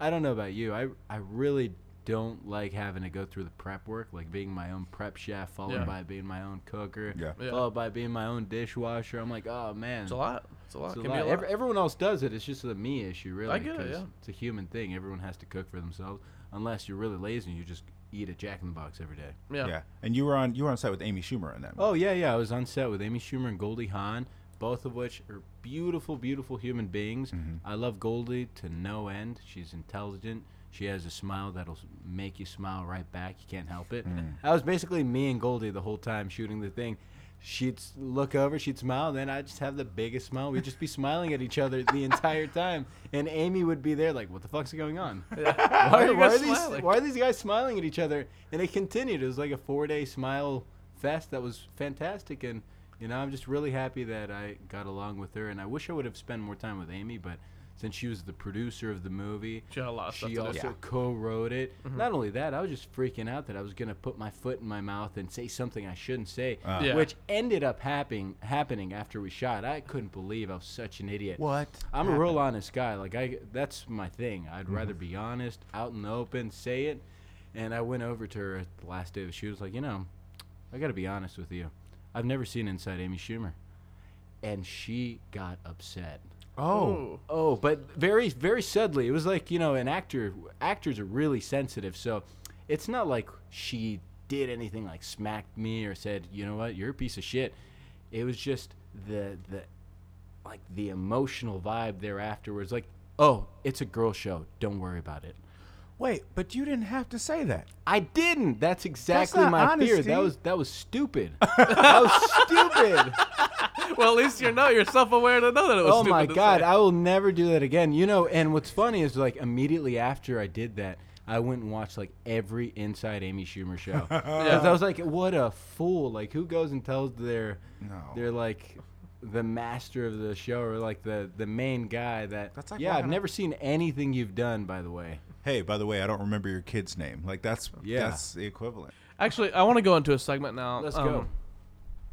S3: I don't know about you. I I really don't like having to go through the prep work, like being my own prep chef, followed
S1: Yeah.
S3: by being my own cooker,
S2: Yeah.
S1: Yeah.
S3: followed by being my own dishwasher. I'm like, oh man,
S1: It's a lot. It's a lot.
S3: It's a
S1: It can be
S3: lot.
S1: a lot.
S3: Ev- everyone else does it. It's just a me issue, really.
S1: get it,
S3: 'cause
S1: yeah.
S3: It's a human thing. Everyone has to cook for themselves. unless you're really lazy and you just eat a Jack in the Box every day.
S1: Yeah.
S2: Yeah, and you were on you were on set with Amy Schumer on that.
S3: Oh yeah, yeah. I was on set with Amy Schumer and Goldie Hawn, both of which are beautiful, beautiful human beings. I love Goldie to no end. She's intelligent. She has a smile that'll s- make you smile right back. You can't help it. I was basically me and Goldie the whole time shooting the thing. She'd s- look over, she'd smile, then I'd just have the biggest smile. We'd just be smiling at each other the entire time. And Amy would be there, like, what the fuck's going on? why,
S1: are you
S3: why
S1: guys
S3: are these,
S1: smiling?
S3: why are these guys smiling at each other? And it continued. It was like a four day smile fest that was fantastic. And, you know, I'm just really happy that I got along with her. And I wish I would have spent more time with Amy, but since she was the producer of the movie,
S1: She had a lot of stuff
S3: she
S1: to do. Mm-hmm.
S3: also co wrote it. Not only that, I was just freaking out that I was going to put my foot in my mouth and say something I shouldn't say,
S1: Yeah.
S3: which ended up happening, happening after we shot. I couldn't believe I was such an idiot.
S2: What?
S3: I'm a real honest guy. Like I, that's my thing. I'd rather be honest, out in the open, say it. And I went over to her at the last day of the shoot. I was like, you know, I got to be honest with you. I've never seen Inside Amy Schumer, and she got upset.
S1: Oh.
S3: Oh, but very, very subtly. It was like you know, an actor. Actors are really sensitive, so it's not like she did anything like smacked me or said, you know what, you're a piece of shit. It was just the the like the emotional vibe there afterwards. Like, oh, it's a girl show. Don't worry about it.
S2: Wait, but you didn't have to say that.
S3: I didn't. That's exactly
S2: not
S3: my fear.
S2: honesty.
S3: That was that was stupid. (laughs) that was stupid.
S1: well, at least you know you're self-aware to know that it was.
S3: oh
S1: stupid
S3: my
S1: to
S3: god
S1: say.
S3: i will never do that again you know and what's funny is like immediately after i did that i went and watched like every inside amy schumer show
S2: (laughs)
S3: 'Cause i was like what a fool like who goes and tells their
S2: No.
S3: they're like the master of the show or like the the main guy that
S2: That's like
S3: yeah
S2: walking
S3: i've
S2: up-
S3: never seen anything you've done by the way
S2: Hey, by the way, I don't remember your kid's name. Like that's
S3: Yeah.
S2: that's the equivalent.
S1: Actually, I want to go into a segment now.
S3: let's
S1: um,
S3: go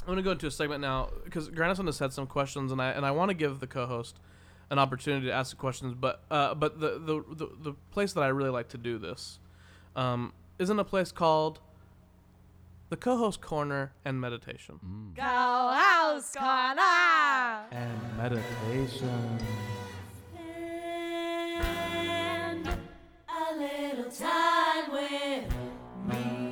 S1: I'm gonna go into a segment now because Granison has had some questions, and I and I want to give the co-host an opportunity to ask the questions. But uh, but the, the the the place that I really like to do this um, is in a place called the co-host corner and meditation.
S11: spend a little time with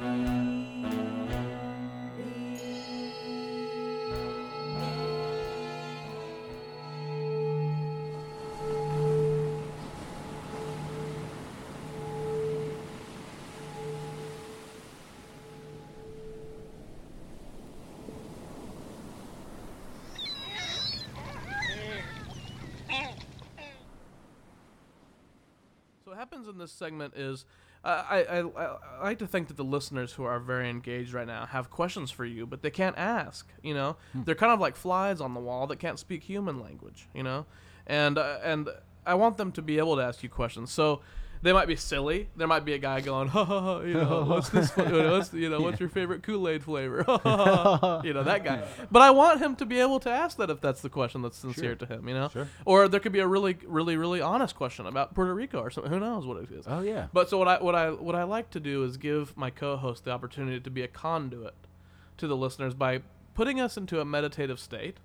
S1: So what happens in this segment is uh, I, I, I I like to think that the listeners who are very engaged right now have questions for you, but they can't ask. You know, they're kind of like flies on the wall that can't speak human language. You know, and uh, and I want them to be able to ask you questions. So. They might be silly. There might be a guy going, ha ha ha, you know, what's this? fla- What's, you know, what's your favorite Kool Aid flavor? Ha, ha, ha. (laughs) you know that
S3: (laughs)
S1: guy. But I want him to be able to ask that if that's the question that's sincere to him, you know. Or there could be a really, really, really honest question about Puerto Rico or something. Who knows what it is?
S3: oh yeah
S1: But so what I what I what I like to do is give my co-host the opportunity to be a conduit to the listeners by putting us into a meditative state.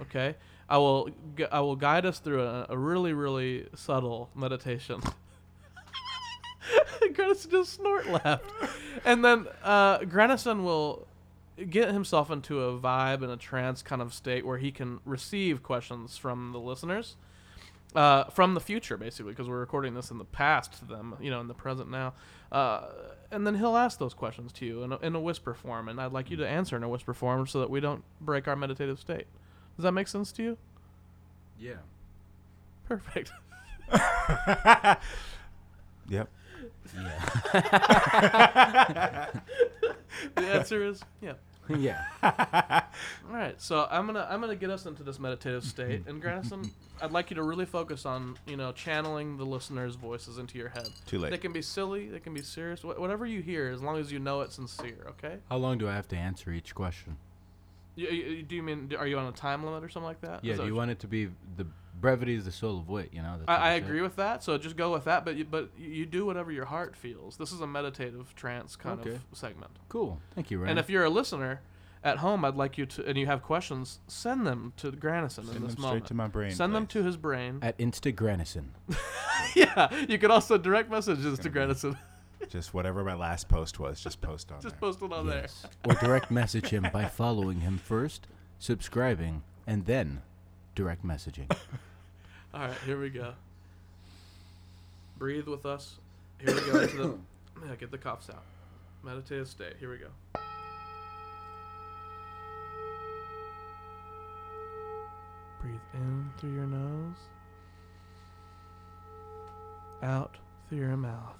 S1: Okay, I will gu- I will guide us through a, a really really subtle meditation. (laughs) Granison just snort laughed, and then uh, Granison will get himself into a vibe and a trance kind of state where he can receive questions from the listeners uh, from the future, basically, because we're recording this in the past to them, you know, in the present now. Uh, and then he'll ask those questions to you in a, in a whisper form, and I'd like you to answer in a whisper form so that we don't break our meditative state. Does that make sense to you?
S3: yeah
S1: Perfect. (laughs)
S2: Yep.
S1: the answer is yeah.
S3: (laughs) yeah
S1: All right, so I'm gonna I'm gonna get us into this meditative state, and
S2: (laughs)
S1: Granison, I'd like you to really focus on you know channeling the listeners' voices into your head.
S2: Too late.
S1: They can be silly, they can be serious, wh- whatever you hear, as long as you know it's sincere. Okay.
S3: (laughs) how long do i have to answer each question
S1: You, you, do you mean are you on a time limit or something like that?
S3: yeah
S1: Is that
S3: do you
S1: what
S3: want it to be the brevity is the soul of wit you know that type
S1: I, I
S3: of shit?
S1: agree with that. So just go with that. But you, but you do whatever your heart feels. This is a meditative trance kind
S3: Okay.
S1: of segment.
S3: cool thank you Ryan.
S1: And if you're a listener at home, I'd like you to and you have questions, send them to Granison in
S2: Send
S1: this
S2: them straight
S1: moment.
S2: to my brain,
S1: Send them
S2: please.
S1: to his brain.
S3: at Instagranison.
S1: (laughs) yeah, you can also direct messages to Grandison. (laughs)
S2: Just whatever my last post was, just post on
S1: Just
S2: there.
S1: post it on
S3: Yes. or direct message him by following him first, subscribing, and then direct messaging.
S1: there. All right, here we go. Breathe with us. Here we go. into the, (coughs) yeah, get the coughs out. Meditative state. Here we go. Breathe in through your nose, out through your mouth.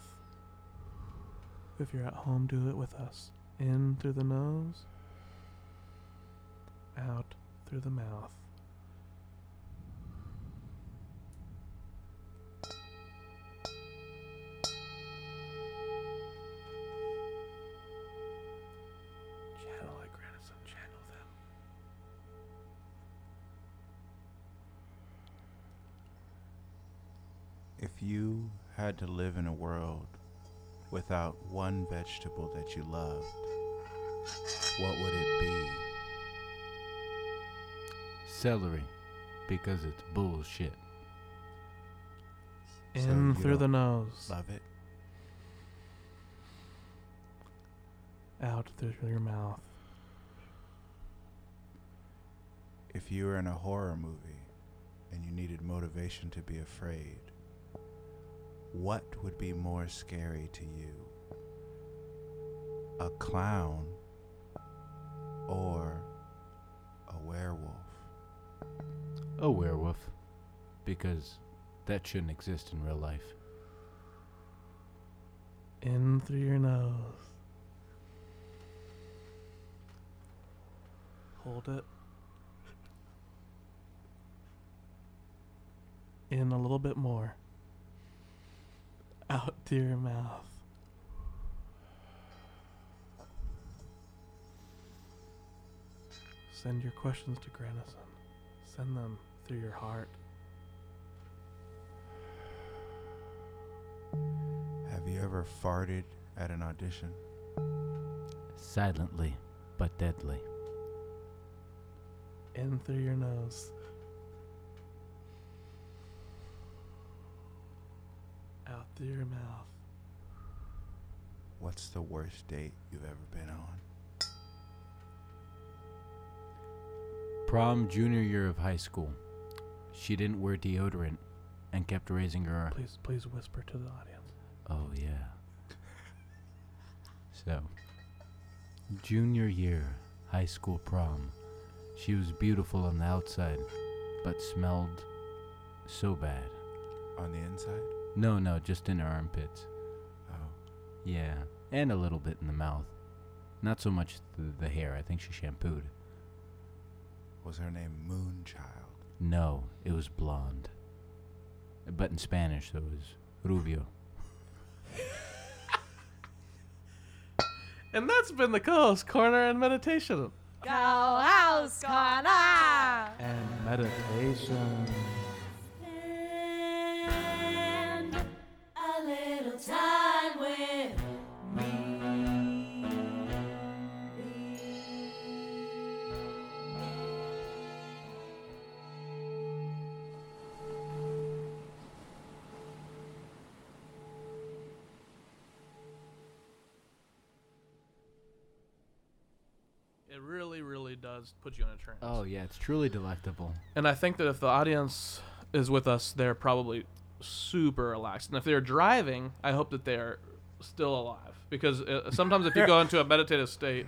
S1: If you're at home, do it with us. In through the nose, out through the mouth. Channel like Granison, channel them.
S2: If you had to live in a world without one vegetable that you loved, what would it be?
S3: Celery, because it's bullshit.
S2: So
S1: In
S2: you
S1: through the
S2: don't
S1: nose,
S2: Love it.
S1: out through your mouth.
S2: If you were in a horror movie and you needed motivation to be afraid, what would be more scary to you? A clown or a werewolf?
S3: A Oh, werewolf, because that shouldn't exist in real life.
S1: In through your nose. Hold it. In a little bit more. Out through your mouth. Send your questions to Granison. Send them through your heart.
S2: Have you ever farted at an audition?
S3: Silently, but deadly.
S1: In through your nose. Out through your mouth.
S2: What's the worst date you've ever been on?
S3: Prom junior year of high school. She didn't wear deodorant and kept raising her.
S1: Please, please whisper to the audience.
S3: Oh, yeah. So, junior year, high school prom. She was beautiful on the outside, but smelled so bad.
S2: On the inside?
S3: No, no, just in her armpits.
S2: Oh,
S3: Yeah, and a little bit in the mouth. Not so much the, the hair, I think she shampooed.
S2: was her name Moonchild?
S3: No, it was blonde. But in Spanish, so it was rubio.
S1: And that's been the Coast Corner and Meditation.
S11: Go house corner.
S1: And meditation.
S11: Spend a little time with
S1: It really, really does put you in a trance.
S3: Oh, yeah, it's truly delectable.
S1: And I think that if the audience is with us, they're probably super relaxed. And if they're driving, I hope that they're still alive. Because uh, sometimes if you go into a meditative state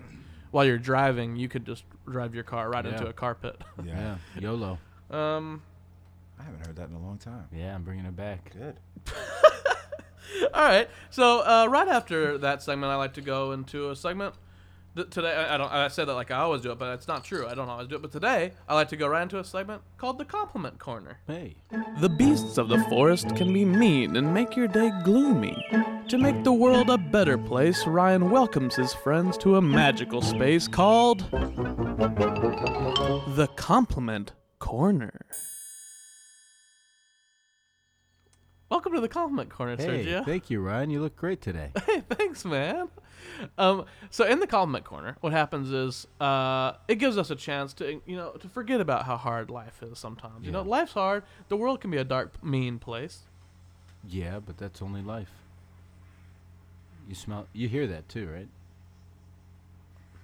S1: while you're driving, you could just drive your car right into
S3: Yeah.
S1: a car pit.
S3: Yeah, YOLO.
S1: (laughs) Um,
S2: I haven't heard that in a long time.
S3: Yeah, I'm bringing it back.
S2: Good.
S1: all right. So uh, right after that segment, I like to go into a segment. Th- today, I, I don't. I said that like I always do it, but it's not true. I don't always do it. But today, I like to go right into a segment called the compliment corner.
S3: Hey.
S1: The beasts of the forest can be mean and make your day gloomy. To make the world a better place, Ryan welcomes his friends to a magical space called the Compliment Corner. Welcome to the Compliment Corner,
S3: Hey,
S1: (laughs) Sergio.
S3: thank you, Ryan. You look great
S1: (laughs)
S3: today.
S1: Hey, thanks, man. Um, so in the compliment corner, what happens is uh, it gives us a chance to you know to forget about how hard life is sometimes. You know,
S3: Yeah.
S1: life's hard. The world can be a dark, mean place.
S3: Yeah, but that's only life. You smell. You hear that too, right?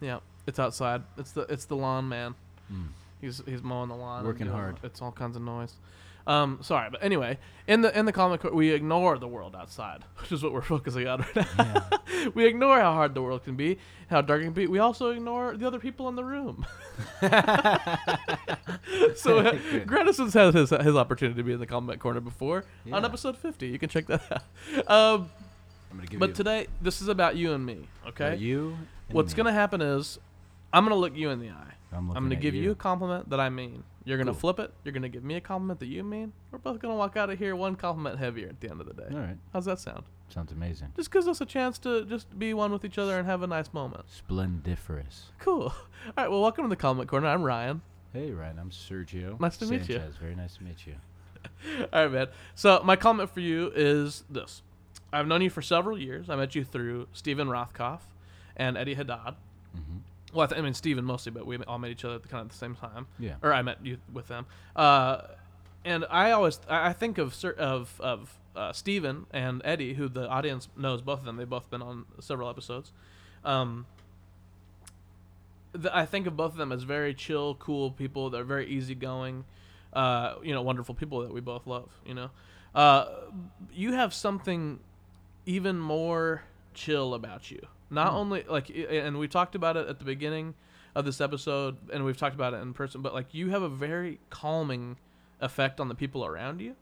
S1: Yeah, it's outside. It's the it's the lawn man.
S3: Mm.
S1: He's he's mowing the lawn. and
S3: Working
S1: doing-
S3: hard.
S1: It's all kinds of noise. Um, sorry, but anyway, in the in the comic book, we ignore the world outside, (laughs) which is what we're focusing on right now. (laughs) we ignore how hard the world can be, how dark it can be. We also ignore the other people in the room. (laughs) so
S3: (laughs)
S1: uh, Gretison's had his his opportunity to be in the comment corner before on
S3: Yeah.
S1: episode fifty. You can check that (laughs) out. Um,
S3: I'm gonna give you.
S1: but today, this is about you and me. Okay.
S3: about You. and
S1: What's
S3: me.
S1: gonna happen is, I'm gonna look you in the eye.
S3: I'm,
S1: I'm
S3: looking
S1: gonna
S3: at
S1: give
S3: you.
S1: you. a compliment that I mean. You're gonna
S3: Cool.
S1: flip it. You're gonna give me a compliment that you mean. We're both gonna walk out of here one compliment heavier at the end of the day.
S3: All right.
S1: How's that sound?
S3: Sounds amazing.
S1: Just gives us a chance to just be one with each other and have a nice moment.
S3: Splendiferous.
S1: Cool. (laughs) All right. Well, welcome to the comment corner. I'm Ryan.
S3: Hey, Ryan. I'm Sergio.
S1: Nice to meet you.
S3: Sanchez, Very nice to meet you.
S1: (laughs) All right, man. So my comment for you is this: I've known you for several years. I met you through Stephen Rothkopf and Eddie Haddad. Well, I, th- I mean Stephen mostly, but we all met each other at the, kind of at the same time.
S3: Yeah.
S1: Or I met you with them. Uh, and I always I I think of cer- of of uh, Stephen and Eddie, who the audience knows both of them. They've both been on several episodes. Um, th- I think of both of them as very chill, cool people. They're very easygoing, uh, you know, wonderful people that we both love. You know, uh, you have something even more chill about you. Not only like, i- and we talked about it at the beginning of this episode, and we've talked about it in person, but like, you have a very calming effect on the people around you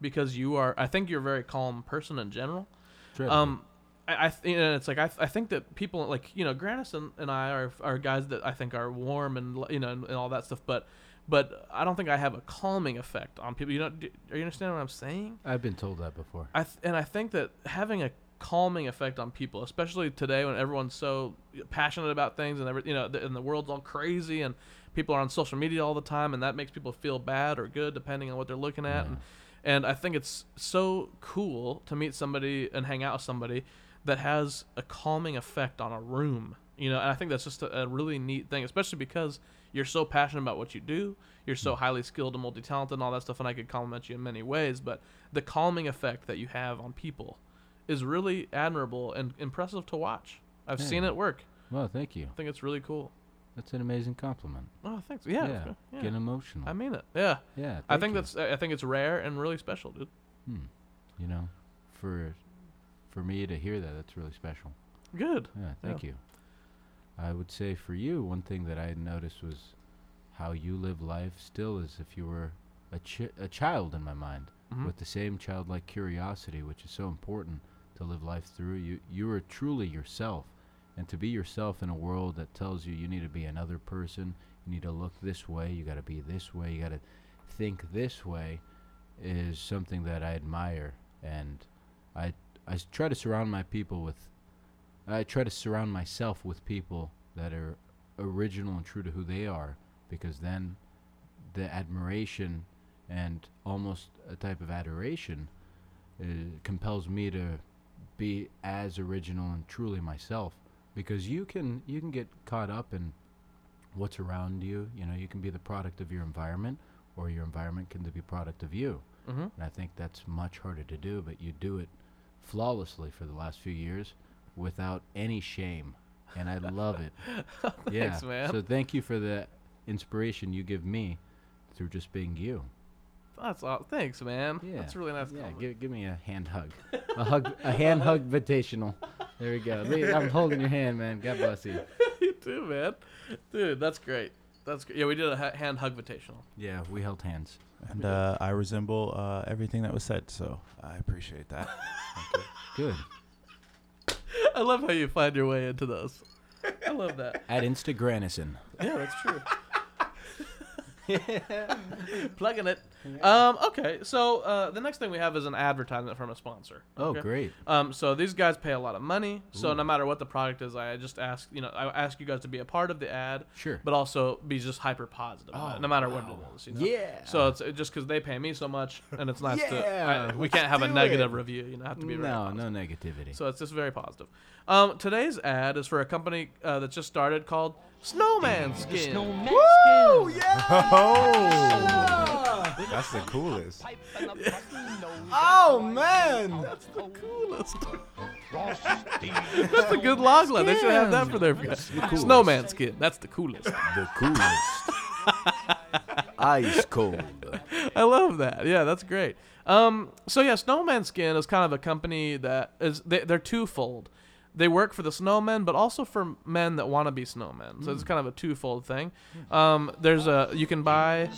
S1: because you are. I think you're a very calm person in general.
S3: Treadmill.
S1: Um, I, I th- and it's like I, th- I think that people like you know Granison and I are are guys that I think are warm and lo- you know and, and all that stuff, but but I don't think I have a calming effect on people. You know, do, are you understanding what I'm saying?
S3: I've been told that before.
S1: I th- and I think that having a calming effect on people, especially today when everyone's so passionate about things and every, you know, the, and the world's all crazy and people are on social media all the time, and that makes people feel bad or good depending on what they're looking at. And, and I think it's so cool to meet somebody and hang out with somebody that has a calming effect on a room. You know, and I think that's just a, a really neat thing, especially because you're so passionate about what you do. You're so highly skilled and multi talented and all that stuff. And I could compliment you in many ways, but the calming effect that you have on people is really admirable and impressive to watch. I've seen it work.
S3: Well, thank you.
S1: I think it's really cool.
S3: That's an amazing compliment.
S1: Oh, thanks. Yeah,
S3: yeah.
S1: it's good.
S3: Get
S1: yeah.
S3: emotional.
S1: I mean it. Yeah,
S3: yeah.
S1: I think
S3: thank you.
S1: that's. I I think it's rare and really special, dude.
S3: you know, for for me to hear that, that's really special.
S1: Good.
S3: Yeah, thank you. I would say for you, one thing that I noticed was how you live life still as if you were a, chi- a child in my mind, with the same childlike curiosity, which is so important to live life through. You you are truly yourself, and to be yourself in a world that tells you you need to be another person, you need to look this way, you got to be this way, you got to think this way, is something that I admire, and I I s- try to surround my people with I try to surround myself with people that are original and true to who they are because then the admiration and almost a type of adoration uh, compels me to be as original and truly myself because you can you can get caught up in what's around you you know you can be the product of your environment or your environment can be product of you
S1: Mm-hmm.
S3: and i think that's much harder to do but you do it flawlessly for the last few years without any shame and i love it
S1: (laughs)
S3: yeah
S1: Thanks, man.
S3: so thank you for the inspiration you give me through just being you
S1: That's all. Thanks, man.
S3: yeah
S1: That's a really nice.
S3: yeah
S1: compliment. (laughs)
S3: give, give me a hand hug a hug a hand hug invitational there we go Lee, i'm holding your hand man god bless you
S1: you too, man. Dude, that's great. That's great. Yeah, we did a ha- hand hug vocational.
S3: yeah we held hands
S2: And uh, I resemble uh, everything that was said, so I appreciate that.
S3: good
S1: (laughs) I love how you find your way into those. I love
S3: (laughs)
S1: that.
S3: at instagranison
S1: Yeah, that's true. Plugging it. Um, okay, so uh, the next thing we have is an advertisement from a sponsor.
S3: oh
S1: okay?
S3: great
S1: Um, so these guys pay a lot of money. So no matter what the product is, I just ask you know I ask you guys to be a part of the ad,
S3: Sure. Oh,
S1: but also be just hyper positive, about it, no matter what it is. You know?
S3: Yeah.
S1: So it's just because they pay me so much, and it's nice to I-
S3: Yeah,
S1: we can't have a
S3: do
S1: negative
S3: it.
S1: review. You know, have to be very
S3: no
S1: positive.
S3: no negativity
S1: So it's just very positive. Um, today's ad is for a company uh, that just started called Snowman Skin.
S2: oh! That's the coolest.
S4: Oh man!
S1: That's a good log line. They should have that for their (laughs) Snowman's kid. That's the coolest.
S12: The coolest. Ice cold.
S1: I love that. Yeah, that's great. Um, so yeah, Snowman Skin is kind of a company that is they, they're twofold. They work for the snowmen, but also for men that want to be snowmen. So it's kind of a twofold thing. Um, there's a you can buy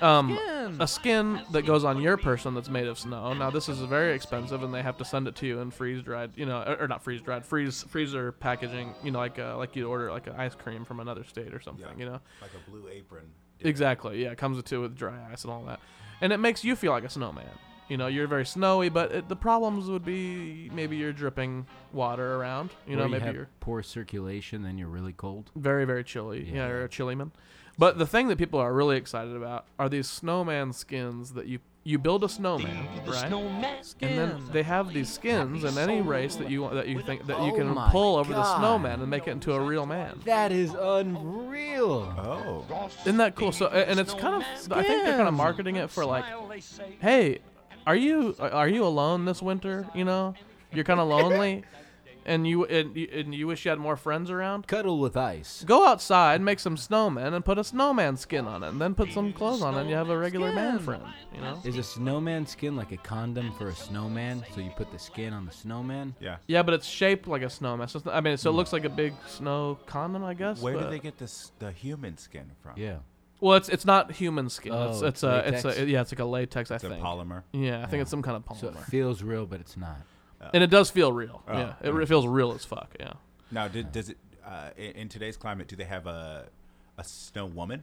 S1: um, a skin that goes on your person that's made of snow. Now this is very expensive, and they have to send it to you in freeze dried, you know, or, or not freeze dried, freeze freezer packaging. You know, like uh, like you order like an ice cream from another state or something. You know,
S2: Like a blue apron.
S1: Exactly. Yeah, it comes with it with dry ice and all that, and it makes you feel like a snowman. You know, you're very snowy, but it, the problems would be maybe you're dripping water around. You know,
S3: Or you
S1: maybe
S3: have
S1: you're
S3: poor circulation, then you're really cold.
S1: very very chilly. Yeah.
S3: Yeah.
S1: you're a chilly man. But the thing that people are really excited about are these snowman skins that you you build a snowman, right? And then they have these skins in any race that you want- that you think that you
S12: Oh
S1: can
S12: my
S1: pull over the
S12: God.
S1: snowman and make it into a real man.
S12: That is unreal.
S2: Oh.
S1: Isn't that cool? So, a- and it's kind of, I think they're kind of marketing it for like, hey, are you are you alone this winter? You know, you're kind of lonely, and you and, you- and you wish you had more friends around.
S12: Cuddle with ice.
S1: Go outside, make some snowmen, and put a snowman skin on it, and then put some clothes on it, and you have a regular man friend. You know.
S3: Is a snowman skin like a condom for a snowman? So you put the skin on the snowman?
S2: Yeah.
S1: Yeah, but it's shaped like a snowman. So it's not- I mean, so it looks like a big snow condom, I guess.
S2: Where
S1: but,
S2: did they get this the human skin from?
S3: Yeah.
S1: Well, it's it's not human skin. it's
S3: Oh,
S1: it's a it's a
S3: latex?
S1: yeah, it's like a latex. I
S2: It's a
S1: think.
S2: polymer.
S1: Yeah, I think it's some kind of polymer.
S3: So it feels real, but it's not.
S1: and it does feel real.
S2: Oh,
S1: yeah, it re- feels real as fuck. Yeah.
S2: Now, did, does it uh, in, in today's climate? Do they have a a snow woman?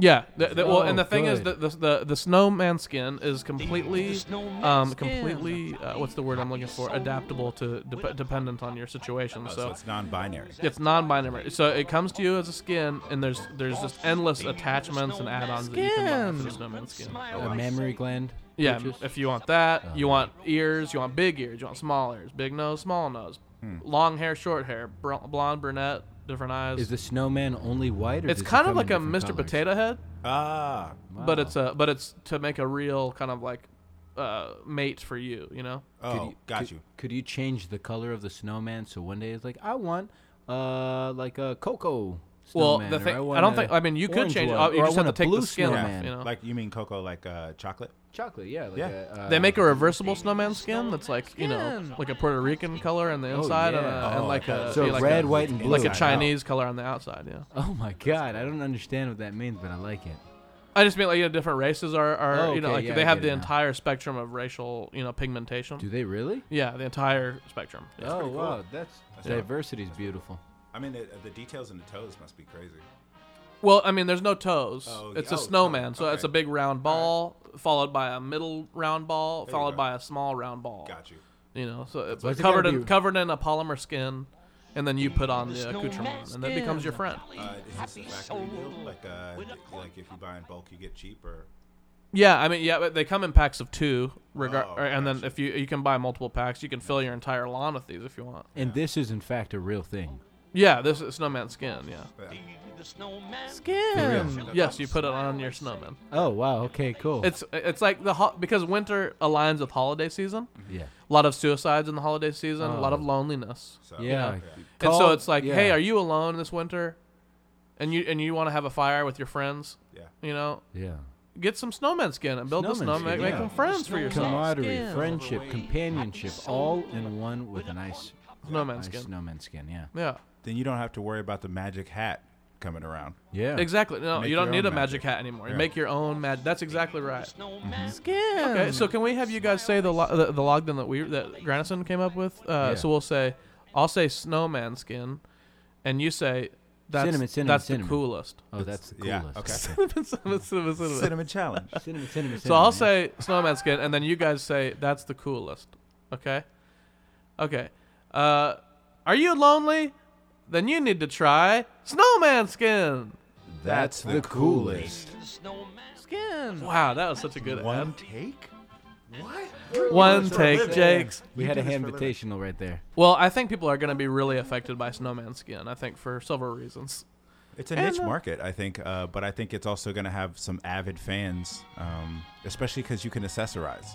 S1: Yeah. The, the, well,
S3: Oh,
S1: and the thing is that
S3: good.
S1: the, the the snowman skin is completely um completely uh, what's the word I'm looking for adaptable to dep dependent on your situation.
S2: Oh, so
S1: So
S2: it's non-binary.
S1: it's non-binary. So it comes to you as a skin, and there's there's just endless attachments and add-ons that you can buy for the snowman skin.
S3: A mammary gland?
S1: Yeah,
S3: purchase?
S1: if you want
S2: Oh.
S1: that, you want ears, you want big ears, you want small ears, big nose, small nose,
S2: Hmm.
S1: long hair, short hair, br- blonde, brunette, different eyes.
S3: Is the snowman only white? Or
S1: It's
S3: does it
S1: kind of
S3: come in
S1: like a
S3: different
S1: Mr.
S3: colors?
S1: Potato Head,
S2: Ah,
S1: but
S3: Wow.
S1: it's a but it's to make a real kind of like uh, mate for you, you know.
S3: Could
S2: oh, got
S3: could-
S2: you.
S3: Could you change the color of the snowman so one day it's like I want uh like a cocoa
S1: well,
S3: snowman,
S1: the
S3: or
S1: thing I,
S3: want
S1: don't
S3: a
S1: think I mean you could
S3: orange
S1: change it.
S3: one,
S1: Oh, you
S3: or I
S1: just have
S3: want
S1: to
S3: a
S1: take
S3: blue
S1: the skin
S3: snowman.
S1: off, you know.
S2: Like you mean cocoa, like uh, chocolate?
S3: Chocolate, yeah. Like
S2: Yeah.
S3: A, uh,
S1: they make a reversible snowman skin that's like you know like a Puerto Rican color on the inside and, a,
S3: yeah.
S1: and
S2: Oh,
S1: like
S2: okay.
S1: a
S12: So
S1: yeah, like
S12: red,
S1: a,
S12: white, and blue.
S1: like a
S2: inside out.
S1: Chinese color on the outside. Yeah,
S3: Oh my god, I don't understand what that means, but I like it.
S1: I just mean like you know, different races are, are
S3: Oh,
S1: you know
S3: okay,
S1: like
S3: yeah,
S1: they
S3: I
S1: have
S3: get
S1: the
S3: it now.
S1: entire spectrum of racial you know pigmentation.
S3: Do they really?
S1: yeah, the entire spectrum. Yeah.
S3: oh
S2: pretty cool.
S3: wow, that's,
S2: dope.
S3: diversity is beautiful.
S2: I mean, the, the details in the toes must be crazy.
S1: Well, I mean, there's no toes.
S2: Oh,
S1: it's
S2: yeah.
S1: a
S2: Oh,
S1: snowman, so
S2: okay.
S1: it's a big round ball followed by a middle round ball
S2: you
S1: followed
S2: go.
S1: by a small round ball.
S2: Got you.
S1: You know, so it's
S3: why it's
S1: covered
S3: gotta
S1: in
S3: be-
S1: covered in a polymer skin, and then you put on the accoutrement, and that becomes your friend.
S2: Uh, is this a factory deal? Like, uh, like if you buy in bulk, you get cheap, or
S1: Yeah, I mean, yeah, but they come in packs of two, regar-
S2: Oh,
S1: or- and then if you you can buy multiple packs, you can fill your entire lawn with these if you want.
S3: And this is in fact a real thing.
S1: Yeah, this is snowman skin. Yeah. Mm,
S3: Skin.
S1: Yes, you put it on your snowman.
S3: Oh wow, okay, cool.
S1: It's it's like the ho- because winter aligns with holiday season.
S3: yeah.
S1: A lot of suicides in the holiday season. A lot of loneliness.
S2: so
S3: Yeah.
S1: And so it's like,
S3: Oh. yeah.
S1: hey, are you alone this winter? And you and you want to have a fire with your friends,
S2: yeah.
S1: you know?
S3: Yeah.
S1: Get some snowman skin and build a
S3: Snowman
S1: snowman,
S3: skin,
S1: make
S2: yeah.
S1: them friends for yourself.
S3: Camaraderie, friendship, companionship, all in one with a nice,
S1: Snowman
S3: nice
S1: skin.
S3: snowman skin. Yeah.
S1: Yeah,
S2: Then you don't have to worry about the magic hat coming around.
S3: Yeah.
S1: exactly. No,
S2: Make
S1: you
S2: your
S1: don't need a
S2: own
S1: magic
S2: magic.
S1: hat anymore. You
S2: Yeah.
S1: make your own magic. That's exactly right. Skin. Okay, so can we have you guys say the lo- the, the logden that we that Granison came up with? Uh,
S3: Yeah.
S1: So we'll say, I'll say snowman skin, and you say that's
S3: Cinnamon, cinnamon,
S1: that's
S3: cinnamon.
S1: the coolest. (laughs)
S3: Oh, that's the
S2: yeah,
S3: coolest.
S2: okay. (laughs)
S1: Cinnamon, cinnamon, cinnamon, cinnamon.
S2: Cinnamon challenge.
S3: Cinnamon, cinnamon, cinnamon.
S1: So I'll
S3: yeah.
S1: say snowman skin, and then you guys say that's the coolest. Okay. Okay. Uh, are you lonely? Then you need to try snowman skin.
S2: That's the coolest.
S1: Skin. Wow, that was such a good
S2: One
S1: one.
S2: take.
S1: One take, Jakes.
S3: We had a hand invitational right there.
S1: Well, I think people are gonna be really affected by snowman skin. I think for several reasons.
S2: It's a
S1: And,
S2: niche
S1: uh,
S2: market, I think, uh, but I think it's also going to have some avid fans, um, especially because you can accessorize.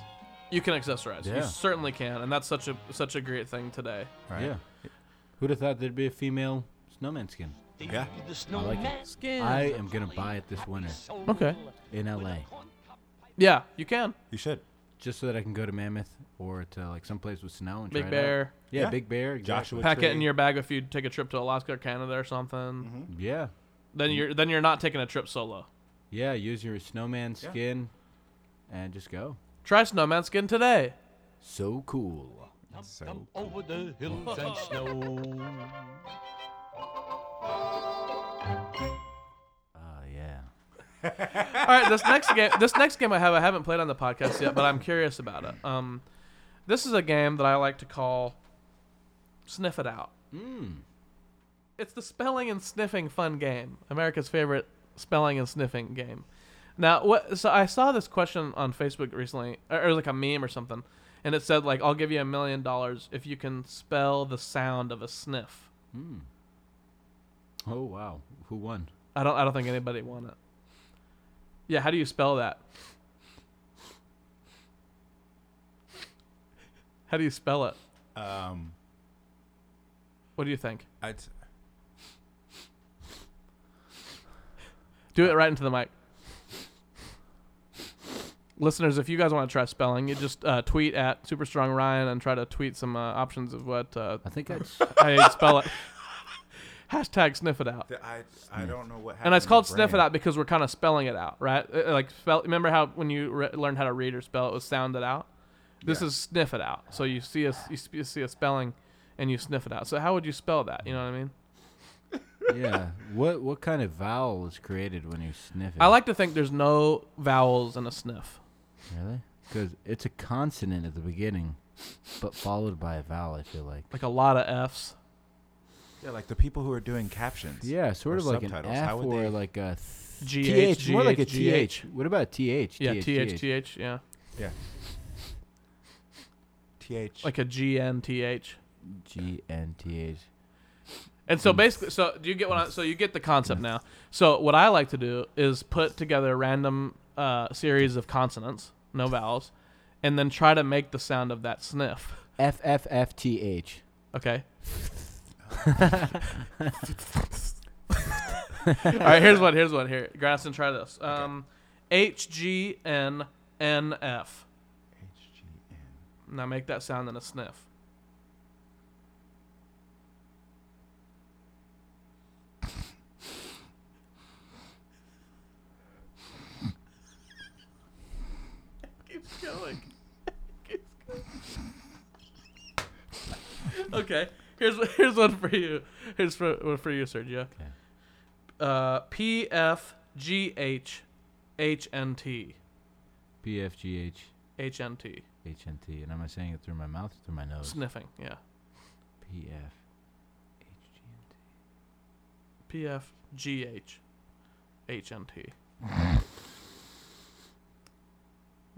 S1: You can accessorize. You
S3: Yeah.
S1: certainly can, and that's such a such a great thing today.
S2: Right?
S3: Yeah. Who'd have thought there'd be a female snowman skin?
S2: Yeah.
S3: I like it. I am gonna buy it this winter
S1: Okay.
S3: in LA,
S1: Yeah, you can.
S2: You should.
S3: just so that I can go to Mammoth or to like someplace with snow and
S1: Big
S3: try it out.
S1: Bear.
S3: Yeah,
S2: Yeah.
S3: Big Bear. Exactly.
S2: Joshua
S1: Pack it in
S2: Tree.
S1: your bag if you take a trip to Alaska or Canada or something.
S3: Yeah.
S1: Then you're then you're not taking a trip solo.
S3: Yeah. Use your snowman skin, and just go.
S1: Try Snowman Skin today.
S3: So cool.
S2: So
S4: Over the hills and snow.
S3: Oh yeah.
S1: All right, this next game, this next game I have, I haven't played on the podcast yet, but I'm curious about it. Um, this is a game that I like to call "Sniff It Out." It's the spelling and sniffing fun game, America's favorite spelling and sniffing game. Now, what? So I saw this question on Facebook recently, or, or like a meme or something, and it said like, "I'll give you a million dollars if you can spell the sound of a sniff."
S3: Oh wow. Who won?
S1: I don't. I don't think anybody won it. Yeah, how do you spell that? How do you spell it?
S2: um,
S1: What do you think?
S2: I'd,
S1: Do it right into the mic. Listeners, if you guys want to try spelling, you just uh, tweet at Super Strong Ryan and try to tweet some uh, options of what uh,
S3: I (laughs) think that's.
S1: how you spell it. Hashtag sniff it out.
S2: th- I, I don't know what happened.
S1: And it's
S2: to my
S1: called sniff it
S2: brain.
S1: out because we're kind of spelling it out, right? Uh, Like spell. Remember how when you re- learned how to read or spell, it was sound it out. This
S2: Yeah.
S1: is sniff it out. So you see a s- you sp- you see a spelling, and you sniff it out. So how would you spell that? You know what I mean?
S3: yeah. What what kind of vowel is created when you sniff it?
S1: I like to think there's no vowels in a sniff.
S3: Really? Because it's a consonant at the beginning, but followed by a vowel. I feel like.
S1: Like a lot of F's.
S2: Yeah, like the people who are doing captions.
S3: Yeah, sort
S2: Or
S3: of like
S2: subtitles.
S3: an
S2: How
S3: F
S2: would
S3: or
S2: they-
S3: like a
S1: GH,
S3: th. more like a
S1: GH.
S3: th. What about th?
S1: Yeah, T H T H. Yeah,
S2: Yeah. TH.
S1: like a G N T H.
S3: G N T H.
S1: And so basically, so do you get what? I, so you get the concept now. So what I like to do is put together a random uh, series of consonants, no vowels, and then try to make the sound of that sniff. (laughs)
S3: F F F T H.
S1: Okay. All right. Here's one. Here's one. Here, Graston, try this. Um, H G N N F.
S2: HGN.
S1: Now make that sound in a sniff. (laughs) Keeps going. Keeps going. okay, here's one- here's one for you. Here's for, one for you, Sergio.
S3: Okay.
S1: Uh, P F G H H N T
S3: P F G H
S1: H N T
S3: H N T. And am I saying it through my mouth or through my nose?
S1: sniffing. Yeah.
S3: P F H G N T.
S1: P F G H H N T.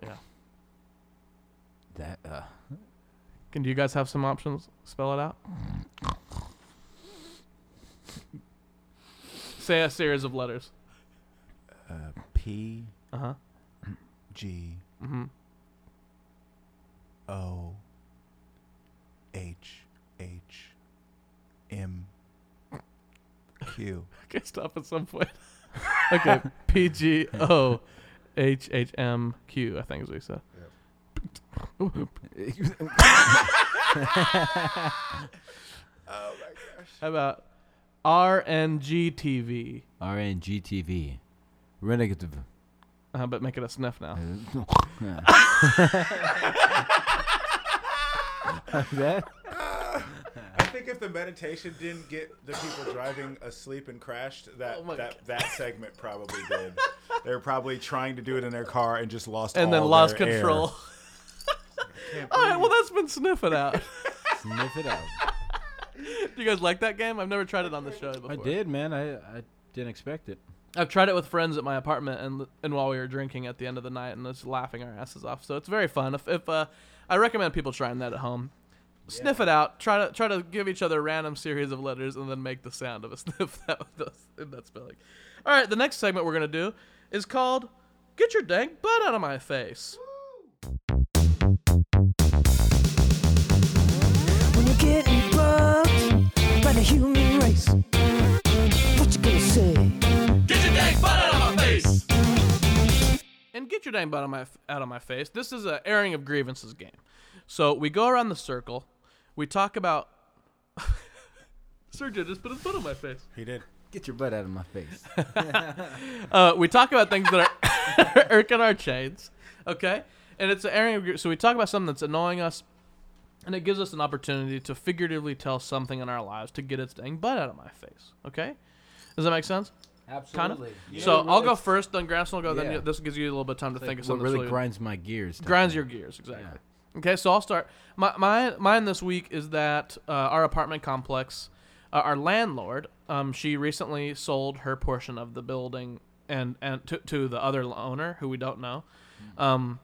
S1: Yeah.
S3: That uh.
S1: Can do you guys have some options? Spell it out. Say a series of letters.
S2: Uh, P.
S1: Uh huh.
S2: G.
S1: Mm-hmm. (laughs)
S2: O. H. H. M. Q.
S1: Okay, stop at some point. (laughs) okay, P G O H H M Q. I think is what he said.
S3: (laughs)
S1: How about R N G T V?
S3: R N G T V. Renegade.
S1: Uh, but make it a sniff now.
S3: (laughs) that?
S2: I think if the meditation didn't get the people driving asleep and crashed, that
S1: my
S2: that, that segment probably did. they were probably trying to do it in their car and just lost
S1: and then
S2: all
S1: lost
S2: their air. (laughs)
S1: control. All right, well that's been sniffing out.
S3: Sniff it out.
S1: Do you guys like that game? I've never tried it on the show before.
S3: I did, man. I, I didn't expect it.
S1: I've tried it with friends at my apartment and and while we were drinking at the end of the night and just laughing our asses off. So it's very fun. If, if uh, I recommend people trying that at home. Sniff it out. Try to try to give each other a random series of letters and then make the sound of a (laughs) sniff that does in that spelling. All right, the next segment we're gonna do is called "Get Your Dang Butt Out of My Face."
S13: When you're getting bugged by the human race, what you gonna say?
S1: Get your dang butt out of my face. And get your dang butt out of my out of my face. This is a airing of grievances game. So we go around the circle. We talk about. (laughs) Sergio just put his butt on my face.
S2: He did.
S12: Get your butt out of my
S3: (laughs)
S12: face.
S1: uh, we talk about things that are (laughs) irking our chains, okay? And it's an airing of gr- so we talk about something that's annoying us, and it gives us an opportunity to figuratively tell something in our lives to get its dang butt out of my face, okay? Does that make sense?
S12: Absolutely.
S1: Kinda?
S12: Yeah.
S1: So
S12: Yeah,
S1: I'll
S12: really.
S1: go first, then Grafson will go. Then
S12: Yeah.
S1: you- this gives you a little bit of time to
S3: It's
S1: think
S3: like
S1: of
S3: what
S1: something. that's
S3: really grinds my gears type
S1: Grinds
S3: thing.
S1: your gears, exactly. Okay, so I'll start. My, my mine this week is that uh, our apartment complex, uh, our landlord, um, she recently sold her portion of the building and and to, to the other owner who we don't know, um,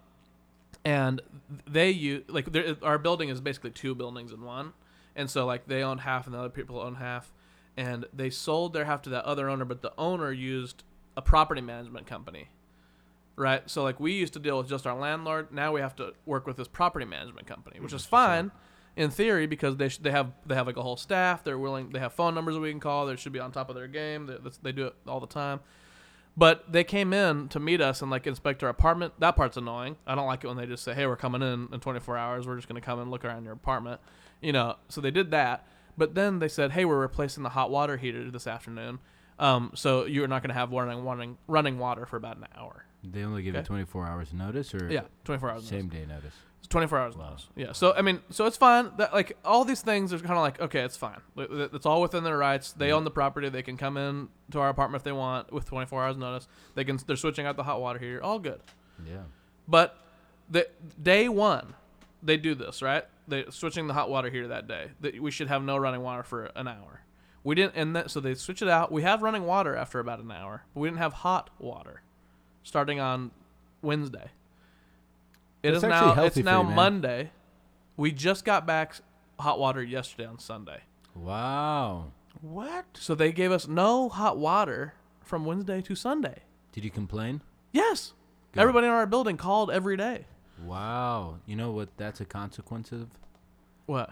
S1: and they use like there- our building is basically two buildings in one, and so like they owned half and the other people owned half, and they sold their half to that other owner, but the owner used a property management company right? So like we used to deal with just our landlord. Now we have to work with this property management company, which is fine in theory because they sh- they have they have like a whole staff. They're willing. They have phone numbers that we can call. They should be on top of their game. They, that's- they do it all the time. But they came in to meet us and like inspect our apartment. That part's annoying. I don't like it when they just say, "Hey, we're coming in in 24 hours. We're just gonna come and look around your apartment," you know. So they did that. But then they said, "Hey, we're replacing the hot water heater this afternoon, um, so you're not gonna have running running running water for about an hour."
S3: They only give you
S1: Okay.
S3: 24 hours notice, or
S1: Yeah, 24 hours
S3: Same day notice.
S1: It's 24 hours notice. Yeah. So I mean, so it's fine. That like all these things are kind of like okay, it's fine. Like, th- It's all within their rights. They own the property. They can come in to our apartment if they want with 24 hours notice. They can. They're switching out the hot water heater. All good.
S3: Yeah.
S1: But the day one, they do this right. They switching the hot water heater that day. That we should have no running water for an hour. We didn't, and that, so they switch it out. We have running water after about an hour, but we didn't have hot water, starting on Wednesday. It
S3: That's
S1: is
S3: actually
S1: now.
S3: healthy
S1: It's
S3: for
S1: now
S3: you, man.
S1: Monday. We just got back s- hot water yesterday on Sunday.
S3: Wow.
S2: What?
S1: So they gave us no hot water from Wednesday to Sunday.
S3: Did you complain?
S1: Yes.
S3: Good.
S1: Everybody in our building called every day.
S3: Wow. You know what? That's a consequence of.
S1: What?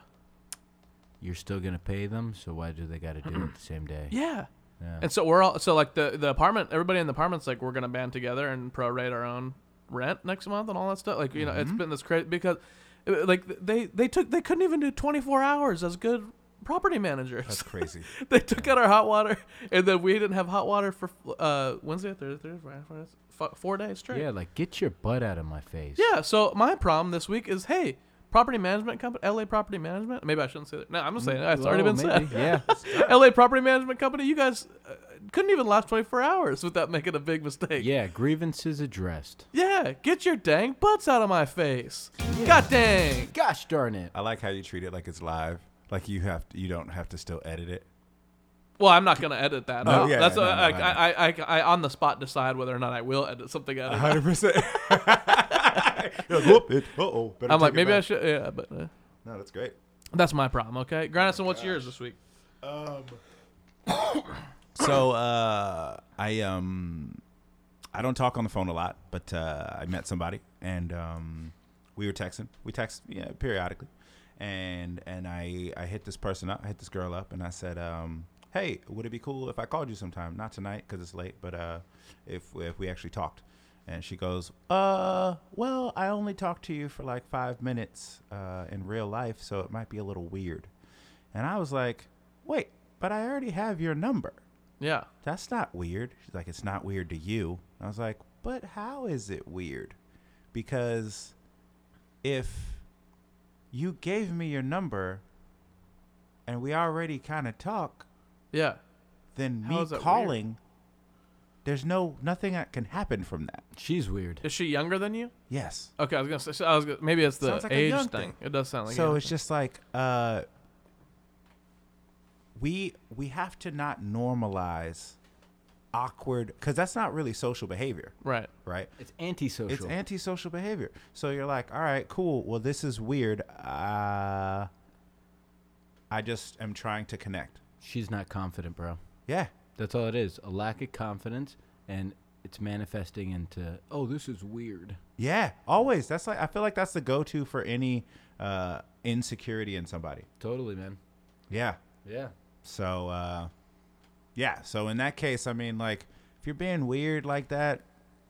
S3: You're still gonna pay them, so why do they got to do it the same day?
S1: Yeah.
S3: Yeah.
S1: And so we're all so like the the apartment everybody in the apartment's like we're gonna band together and prorate our own rent next month and all that stuff. Like you
S3: Mm-hmm.
S1: know it's been this crazy because uh, like they they took they couldn't even do 24 hours as good property managers.
S2: That's crazy.
S1: (laughs) they took out our hot water and then we didn't have hot water for uh Wednesday, Thursday, Thursday, Friday, Friday, f- four days straight.
S3: Yeah, like get your butt out of my face.
S1: Yeah, so my problem this week is hey, property management company, LA Property Management. Maybe I shouldn't say that. No, I'm just saying it. It's already
S3: Mm, Well,
S1: been
S3: maybe,
S1: said. (laughs) Yeah. LA Property Management Company, you guys uh, couldn't even last 24 hours without making a big mistake.
S3: Yeah, grievances addressed.
S1: Yeah, get your dang butts out of my face. God dang.
S3: Gosh darn it.
S2: I like how you treat it like it's live. Like you have to, you don't have to still edit it. (laughs)
S1: Well, I'm not going to edit that.
S2: No,
S1: out.
S2: yeah,
S1: That's
S2: no,
S1: what-
S2: no,
S1: I,
S2: no, no.
S1: I, I, I, I on the spot decide whether or not I will edit something out. Of it.
S2: Hundred (laughs) percent. Whoop it. Uh oh.
S1: I'm like, maybe I should. Yeah, but uh,
S2: No, that's great.
S1: that's my problem. Okay, Granison, what's yours this week?
S2: So uh, I um I don't talk on the phone a lot, but uh, I met somebody and um, we were texting. We text yeah, periodically, and and I I hit this person up, I hit this girl up, and I said, um, hey, would it be cool if I called you sometime? Not tonight because it's late, but uh, if if we actually talked. And she goes, uh, well, I only talked to you for like five minutes uh, in real life, so it might be a little weird. And I was like, wait, but I already have your number
S1: Yeah.
S2: that's not weird. She's like, it's not weird to you. I was like, but how is it weird? Because if you gave me your number and we already kind of talk,
S1: Yeah.
S2: then
S1: How
S2: me
S1: is that weird?
S2: calling, there's no nothing that can happen from that.
S3: She's weird.
S1: Is she younger than you?
S2: Yes.
S1: Okay, I was gonna say. so I was gonna, maybe it's the
S2: Sounds like a
S1: age
S2: young
S1: thing.
S2: thing.
S1: It does sound like.
S2: so
S1: a
S2: it's just like uh, we we have to not normalize awkward because that's not really social behavior,
S1: right.
S2: right?
S3: It's antisocial.
S2: It's antisocial behavior. So you're like, all right, cool. Well, this is weird. Uh, I just am trying to connect.
S3: She's not confident, bro.
S2: Yeah.
S3: That's all it is. A lack of confidence and it's manifesting into, oh, this is weird.
S2: Yeah, always. That's like I feel like that's the go-to for any uh, insecurity in somebody.
S3: Totally, man.
S2: Yeah.
S3: Yeah.
S2: So, uh, yeah. So in that case, I mean, like, if you're being weird like that,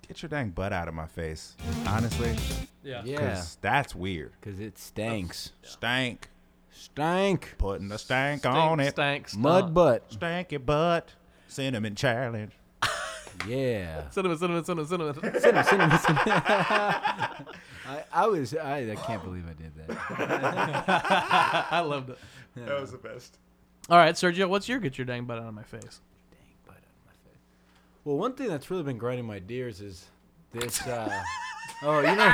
S2: get your dang butt out of my face. Honestly.
S1: Yeah.
S3: Yeah.
S2: 'Cause that's weird.
S3: Because it stinks.
S2: Stank.
S3: Stank.
S2: Putting the stank, on it.
S1: Stank, stank.
S3: Mud butt.
S2: Stank your butt. Cinnamon challenge.
S3: Yeah.
S1: Cinnamon, cinnamon, cinnamon, cinnamon.
S3: Cinnamon, cinnamon, cinnamon. (laughs) I, I was I, I can't believe I did that.
S1: I loved it.
S2: That was the best.
S1: All right, Sergio, what's your get your dang butt out of my face? (laughs)
S3: Well, one thing that's really been grinding my gears is this. Uh, oh, you know,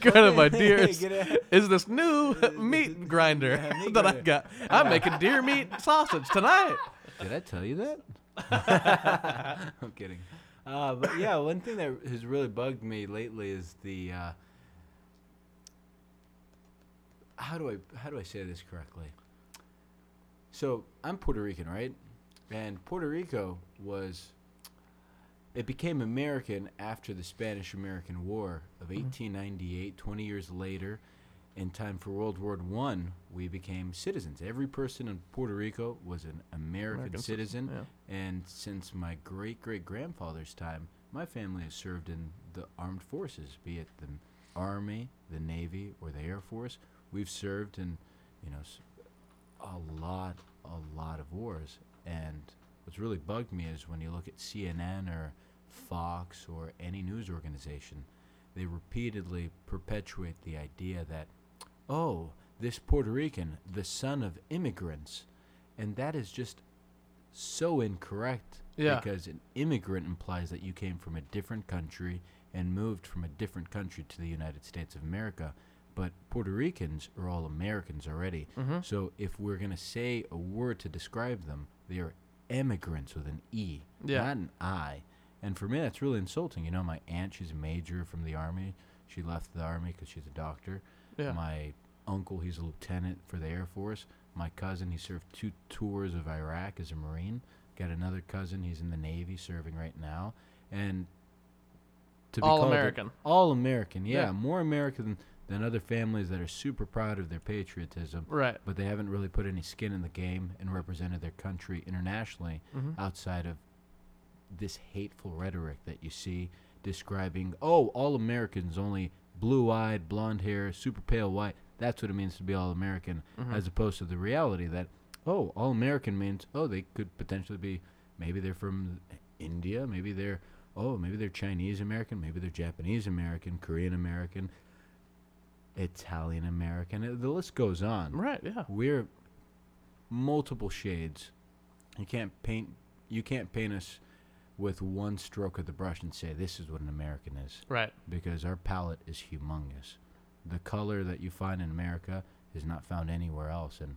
S1: Grind of my
S3: (laughs)
S1: deers
S3: Get it?
S1: is this new (laughs) meat grinder
S3: meat
S1: that I
S3: grinder.
S1: got. I'm making deer meat sausage
S3: (laughs)
S1: tonight.
S3: Did I tell you that? (laughs) I'm kidding. Uh, but yeah, one thing that has really bugged me lately is the uh, how do I how do I say this correctly? So I'm Puerto Rican, right? And Puerto Rico was it became American after the Spanish-American War of
S1: Mm-hmm.
S3: 1898. Twenty years later, in time for World War One, we became citizens. Every person in Puerto Rico was an American,
S1: American
S3: citizen,
S1: citizen,
S3: and since my great great grandfather's time, my family has served in the armed forces, be it the Army, the Navy, or the Air Force. We've served in, you know, s- a lot, a lot of wars. And what's really bugged me is when you look at CNN or Fox or any news organization, they repeatedly perpetuate the idea that, oh, this Puerto Rican, the son of immigrants. And that is just so incorrect
S1: Yeah.
S3: because an immigrant implies that you came from a different country and moved from a different country to the United States of America. But Puerto Ricans are all Americans already.
S1: Mm-hmm.
S3: So if we're going to say a word to describe them, they are emigrants with an E,
S1: Yeah.
S3: not an I. And for me, that's really insulting. You know, my aunt, she's a major from the Army. She left the Army because she's a doctor.
S1: Yeah.
S3: My uncle, he's a lieutenant for the Air Force. My cousin, he served two tours of Iraq as a Marine. Got another cousin, he's in the Navy serving right now. And to
S1: All
S3: called a-
S1: American.
S3: all American, yeah,
S1: Yeah.
S3: more American than other families that are super proud of their patriotism
S1: Right.
S3: but they haven't really put any skin in the game and represented their country internationally outside of this hateful rhetoric that you see describing, oh, all Americans only blue eyed, blonde hair, super pale white. That's what it means to be all American, as opposed to the reality that, oh, all American means, oh, they could potentially be, maybe they're from India, maybe they're, oh, maybe they're Chinese American, maybe they're Japanese American, Korean American. Italian American. The list goes on
S1: Right, yeah.
S3: we're multiple shades. You can't paint you can't paint us with one stroke of the brush and say this is what an American is
S1: Right.
S3: because our palette is humongous. The color that you find in America is not found anywhere else. And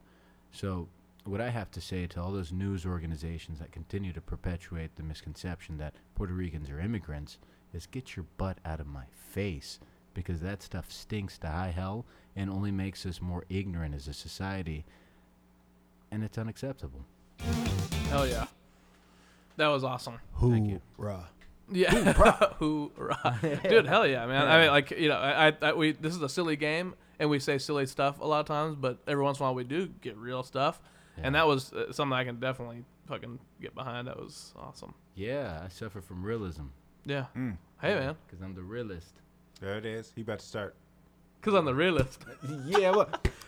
S3: so, what I have to say to all those news organizations that continue to perpetuate the misconception that Puerto Ricans are immigrants is get your butt out of my face because that stuff stinks to high hell and only makes us more ignorant as a society. And it's unacceptable.
S1: Hell yeah. That was awesome.
S3: Thank you.
S1: Yeah. (laughs) Hoorah. Dude, hell yeah, man. I mean, like, you know, I, I, I, we, this is a silly game, and we say silly stuff a lot of times, but every once in a while we do get real stuff. And that was uh, something I can definitely fucking get behind. That was awesome.
S3: Yeah, I suffer from realism
S1: Yeah.
S12: Mm.
S1: Hey, man.
S3: because I'm the realist.
S2: There it is. He about to start.
S1: Because I'm the realist.
S12: Yeah, what? (laughs)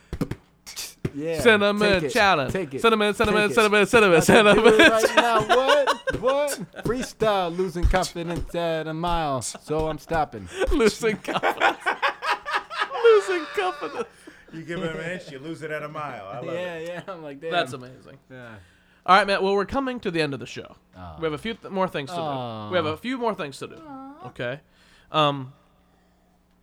S12: Yeah.
S1: cinnamon
S12: take it,
S1: challenge.
S12: Take it.
S1: Cinnamon, cinnamon,
S12: Take it.
S1: cinnamon, cinnamon,
S12: Do
S1: cinnamon.
S12: it right now. What? What? Freestyle, losing confidence at a mile, so I'm stopping.
S1: (laughs) Losing confidence. Losing confidence.
S2: You give him an inch, you lose it at a mile. I love
S12: Yeah, (laughs) yeah. I'm like, damn.
S1: That's amazing.
S12: Yeah.
S1: All right, Matt. Well, we're coming to the end of the show.
S3: Ah.
S1: we have a few th- more things to do. We have a few more things to do. Okay. Um.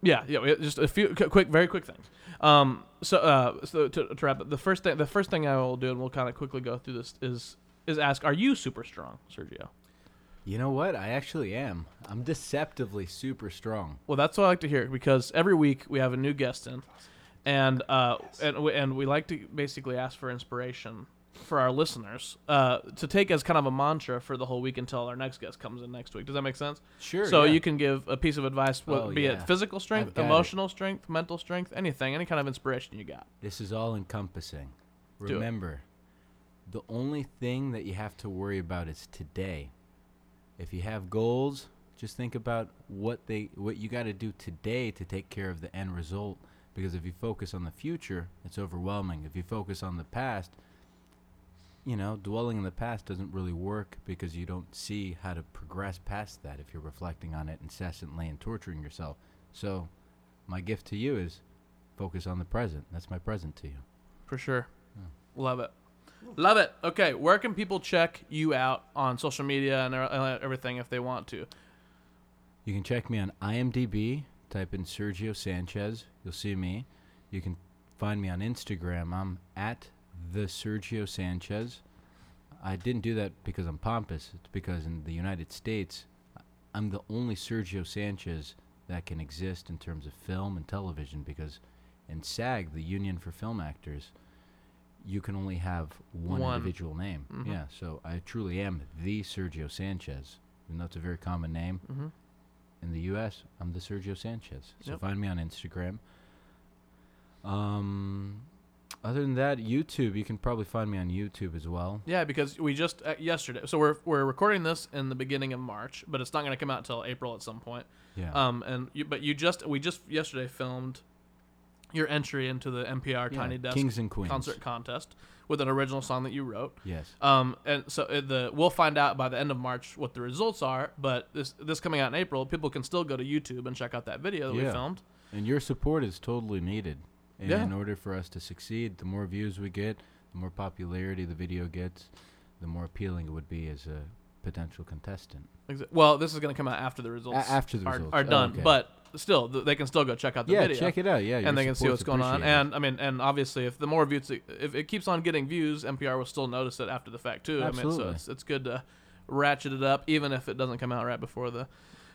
S1: Yeah, yeah. we- Just a few qu- quick, very quick things. Um. So, uh, so to, to wrap up, the first thing, the first thing I will do, and we'll kind of quickly go through this, is is ask, are you super strong, Sergio?
S3: You know what? I actually am. I'm deceptively super strong.
S1: Well, that's what I like to hear because every week we have a new guest in, and uh, and we, and we like to basically ask for inspiration for our listeners uh, to take as kind of a mantra for the whole week until our next guest comes in next week. Does that make sense?
S3: Sure,
S1: So
S3: yeah.
S1: you can give a piece of advice, wh-
S3: Oh,
S1: be
S3: yeah.
S1: it physical
S3: I've
S1: strength,
S3: got it.
S1: emotional strength, mental strength, anything, any kind of inspiration you got.
S3: This is all encompassing.
S1: it.
S3: Remember, the only thing that you have to worry about is today. If you have goals, just think about what they what you got to do today to take care of the end result because if you focus on the future, it's overwhelming. If you focus on the past, you know, dwelling in the past doesn't really work because you don't see how to progress past that if you're reflecting on it incessantly and torturing yourself. So, my gift to you is focus on the present. That's my present to you.
S1: For sure. Hmm. Love it. Love it. Okay, where can people check you out on social media and uh, everything if they want to?
S3: You can check me on IMDb. Type in Sergio Sanchez. You'll see me. You can find me on Instagram. I'm at the Sergio Sanchez. I didn't do that because I'm pompous. It's because in the United States, I'm the only Sergio Sanchez that can exist in terms of film and television because in SAG, the Union for Film Actors, you can only have one,
S1: One.
S3: individual name.
S1: Mhm.
S3: Yeah, so I truly am the Sergio Sanchez, even though it's a very common name.
S1: Mhm.
S3: In the U.S., I'm the Sergio Sanchez. So
S1: Yep.
S3: find me on Instagram. Um, other than that, YouTube, you can probably find me on YouTube as well.
S1: Yeah, because we just uh, yesterday. So we're we're recording this in the beginning of March, but it's not going to come out till April at some point.
S3: Yeah.
S1: Um. And you, but you just we just yesterday filmed your entry into the NPR
S3: Yeah,
S1: Tiny Desk
S3: Kings and Queens.
S1: concert contest with an original song that you wrote.
S3: Yes.
S1: Um. And so it, the we'll find out by the end of March what the results are. But this this coming out in April, people can still go to YouTube and check out that video that we filmed.
S3: And your support is totally needed. And
S1: Yeah.
S3: in order for us to succeed, the more views we get, the more popularity the video gets, the more appealing it would be as a potential contestant.
S1: Exa- Well, this is going to come out after the results.
S3: after the
S1: are,
S3: results.
S1: are
S3: Oh,
S1: done,
S3: okay.
S1: but still, th- they can still go check out the
S3: Yeah,
S1: video.
S3: check it out. Yeah, your
S1: and they can see
S3: support's
S1: what's going on.
S3: appreciated.
S1: And I mean, and obviously, if the more views, it- if it keeps on getting views, NPR will still notice it after the fact too. I mean,
S3: Absolutely.
S1: so it's it's good to ratchet it up, even if it doesn't come out right before the,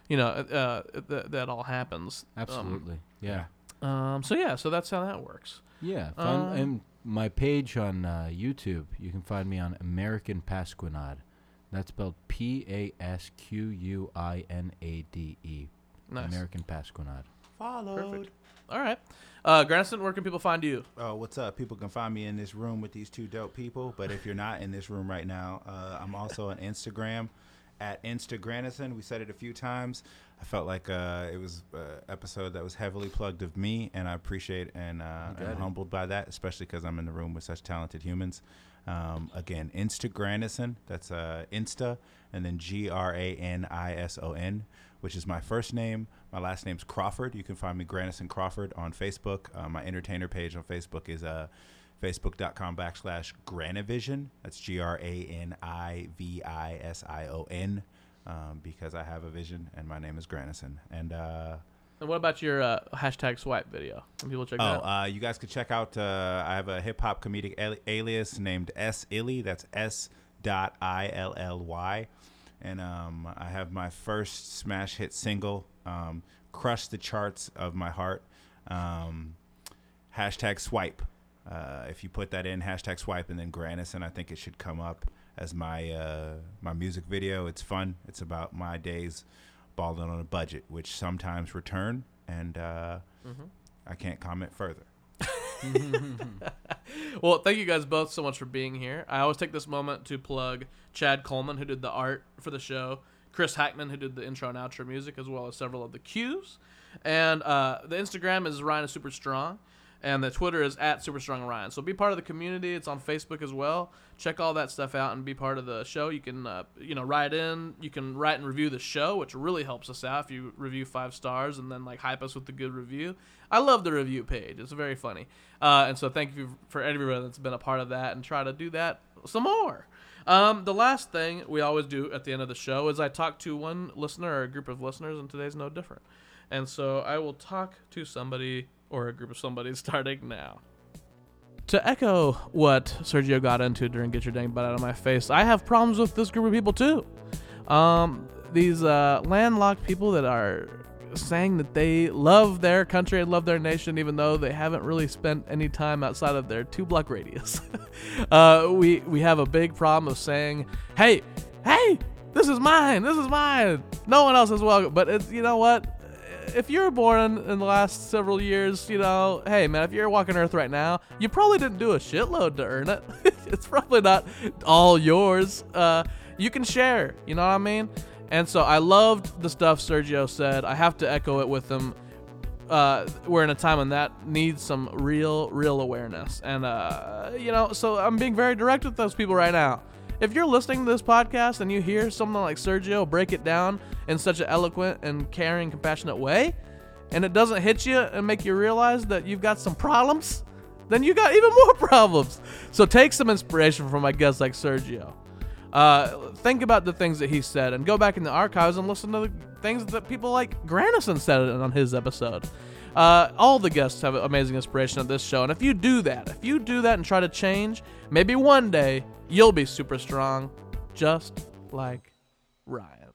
S1: you know, uh, uh, th- that all happens. Um,
S3: Absolutely. yeah.
S1: Um. So yeah. So that's how that works.
S3: Yeah. Find,
S1: Um,
S3: and my page on uh, YouTube, you can find me on American Pasquinade. That's spelled P A S Q U I N A D E.
S1: Nice.
S3: American Pasquinade.
S2: Followed.
S1: Perfect. All right. Uh, Granison, where can people find you?
S2: Oh, what's up? People can find me in this room with these two dope people. But if you're not in this room right now, uh, I'm also on Instagram at Instagranison. We said it a few times. I felt like uh, it was an episode that was heavily plugged of me, and I appreciate and uh,
S3: You got
S2: am
S3: it.
S2: humbled by that, especially because I'm in the room with such talented humans. Um, again, Instagranison. That's uh, Insta, and then G R A N I S O N, which is my first name. My last name's Crawford. You can find me Granison Crawford on Facebook. Uh, my entertainer page on Facebook is uh, facebook.com backslash Granivision. That's G R A N I V I S I O N, um, because I have a vision, and my name is Granison. And uh,
S1: And what about your uh, hashtag swipe video? Can people check
S2: Oh,
S1: that out?
S2: uh, you guys can check out. Uh, I have a hip hop comedic al- alias named S Illy. That's S dot I L L Y, and um, I have my first smash hit single, um, "Crush the Charts of My Heart." Um, hashtag swipe. Uh, if you put that in hashtag swipe and then Granison, I think it should come up as my uh, my music video. It's fun. It's about my days balling on a budget, which sometimes return, and uh, I can't comment further.
S1: Well, thank you guys both so much for being here. I always take this moment to plug Chad Coleman, who did the art for the show, Chris Hackman, who did the intro and outro music, as well as several of the cues. And uh, the Instagram is Ryan is Super Strong, and the Twitter is at Super Strong Ryan. So be part of the community. It's on Facebook as well. Check all that stuff out and be part of the show. You can, uh, you know, write in. You can write and review the show, which really helps us out if you review five stars and then like hype us with the good review. I love the review page. It's very funny. Uh, and so thank you for everyone that's been a part of that and try to do that some more. Um, the last thing we always do at the end of the show is I talk to one listener or a group of listeners, and today's no different. And so I will talk to somebody or a group of somebody (laughs) starting now. To echo what Sergio got into during Get Your Dang Butt Out of My Face, I have problems with this group of people too. Um, these uh, landlocked people that are saying that they love their country and love their nation, even though they haven't really spent any time outside of their two block radius. (laughs) uh, we we have a big problem of saying, "Hey, hey, this is mine. This is mine. No one else is welcome." But it's you know what? If you were born in the last several years, you know, hey man, if you're walking Earth right now, you probably didn't do a shitload to earn it. (laughs) it's probably not all yours. Uh, you can share. You know what I mean? And so I loved the stuff Sergio said. I have to echo it with him. Uh, we're in a time when that needs some real, real awareness. And, uh, you know, so I'm being very direct with those people right now. If you're listening to this podcast and you hear someone like Sergio break it down in such an eloquent and caring, compassionate way, and it doesn't hit you and make you realize that you've got some problems, then you got even more (laughs) problems. So take some inspiration from my guests like Sergio. Uh, think about the things that he said and go back in the archives and listen to the things that people like Granison said on his episode. Uh, all the guests have amazing inspiration at this show, and if you do that, if you do that and try to change, maybe one day you'll be super strong, just like Ryan.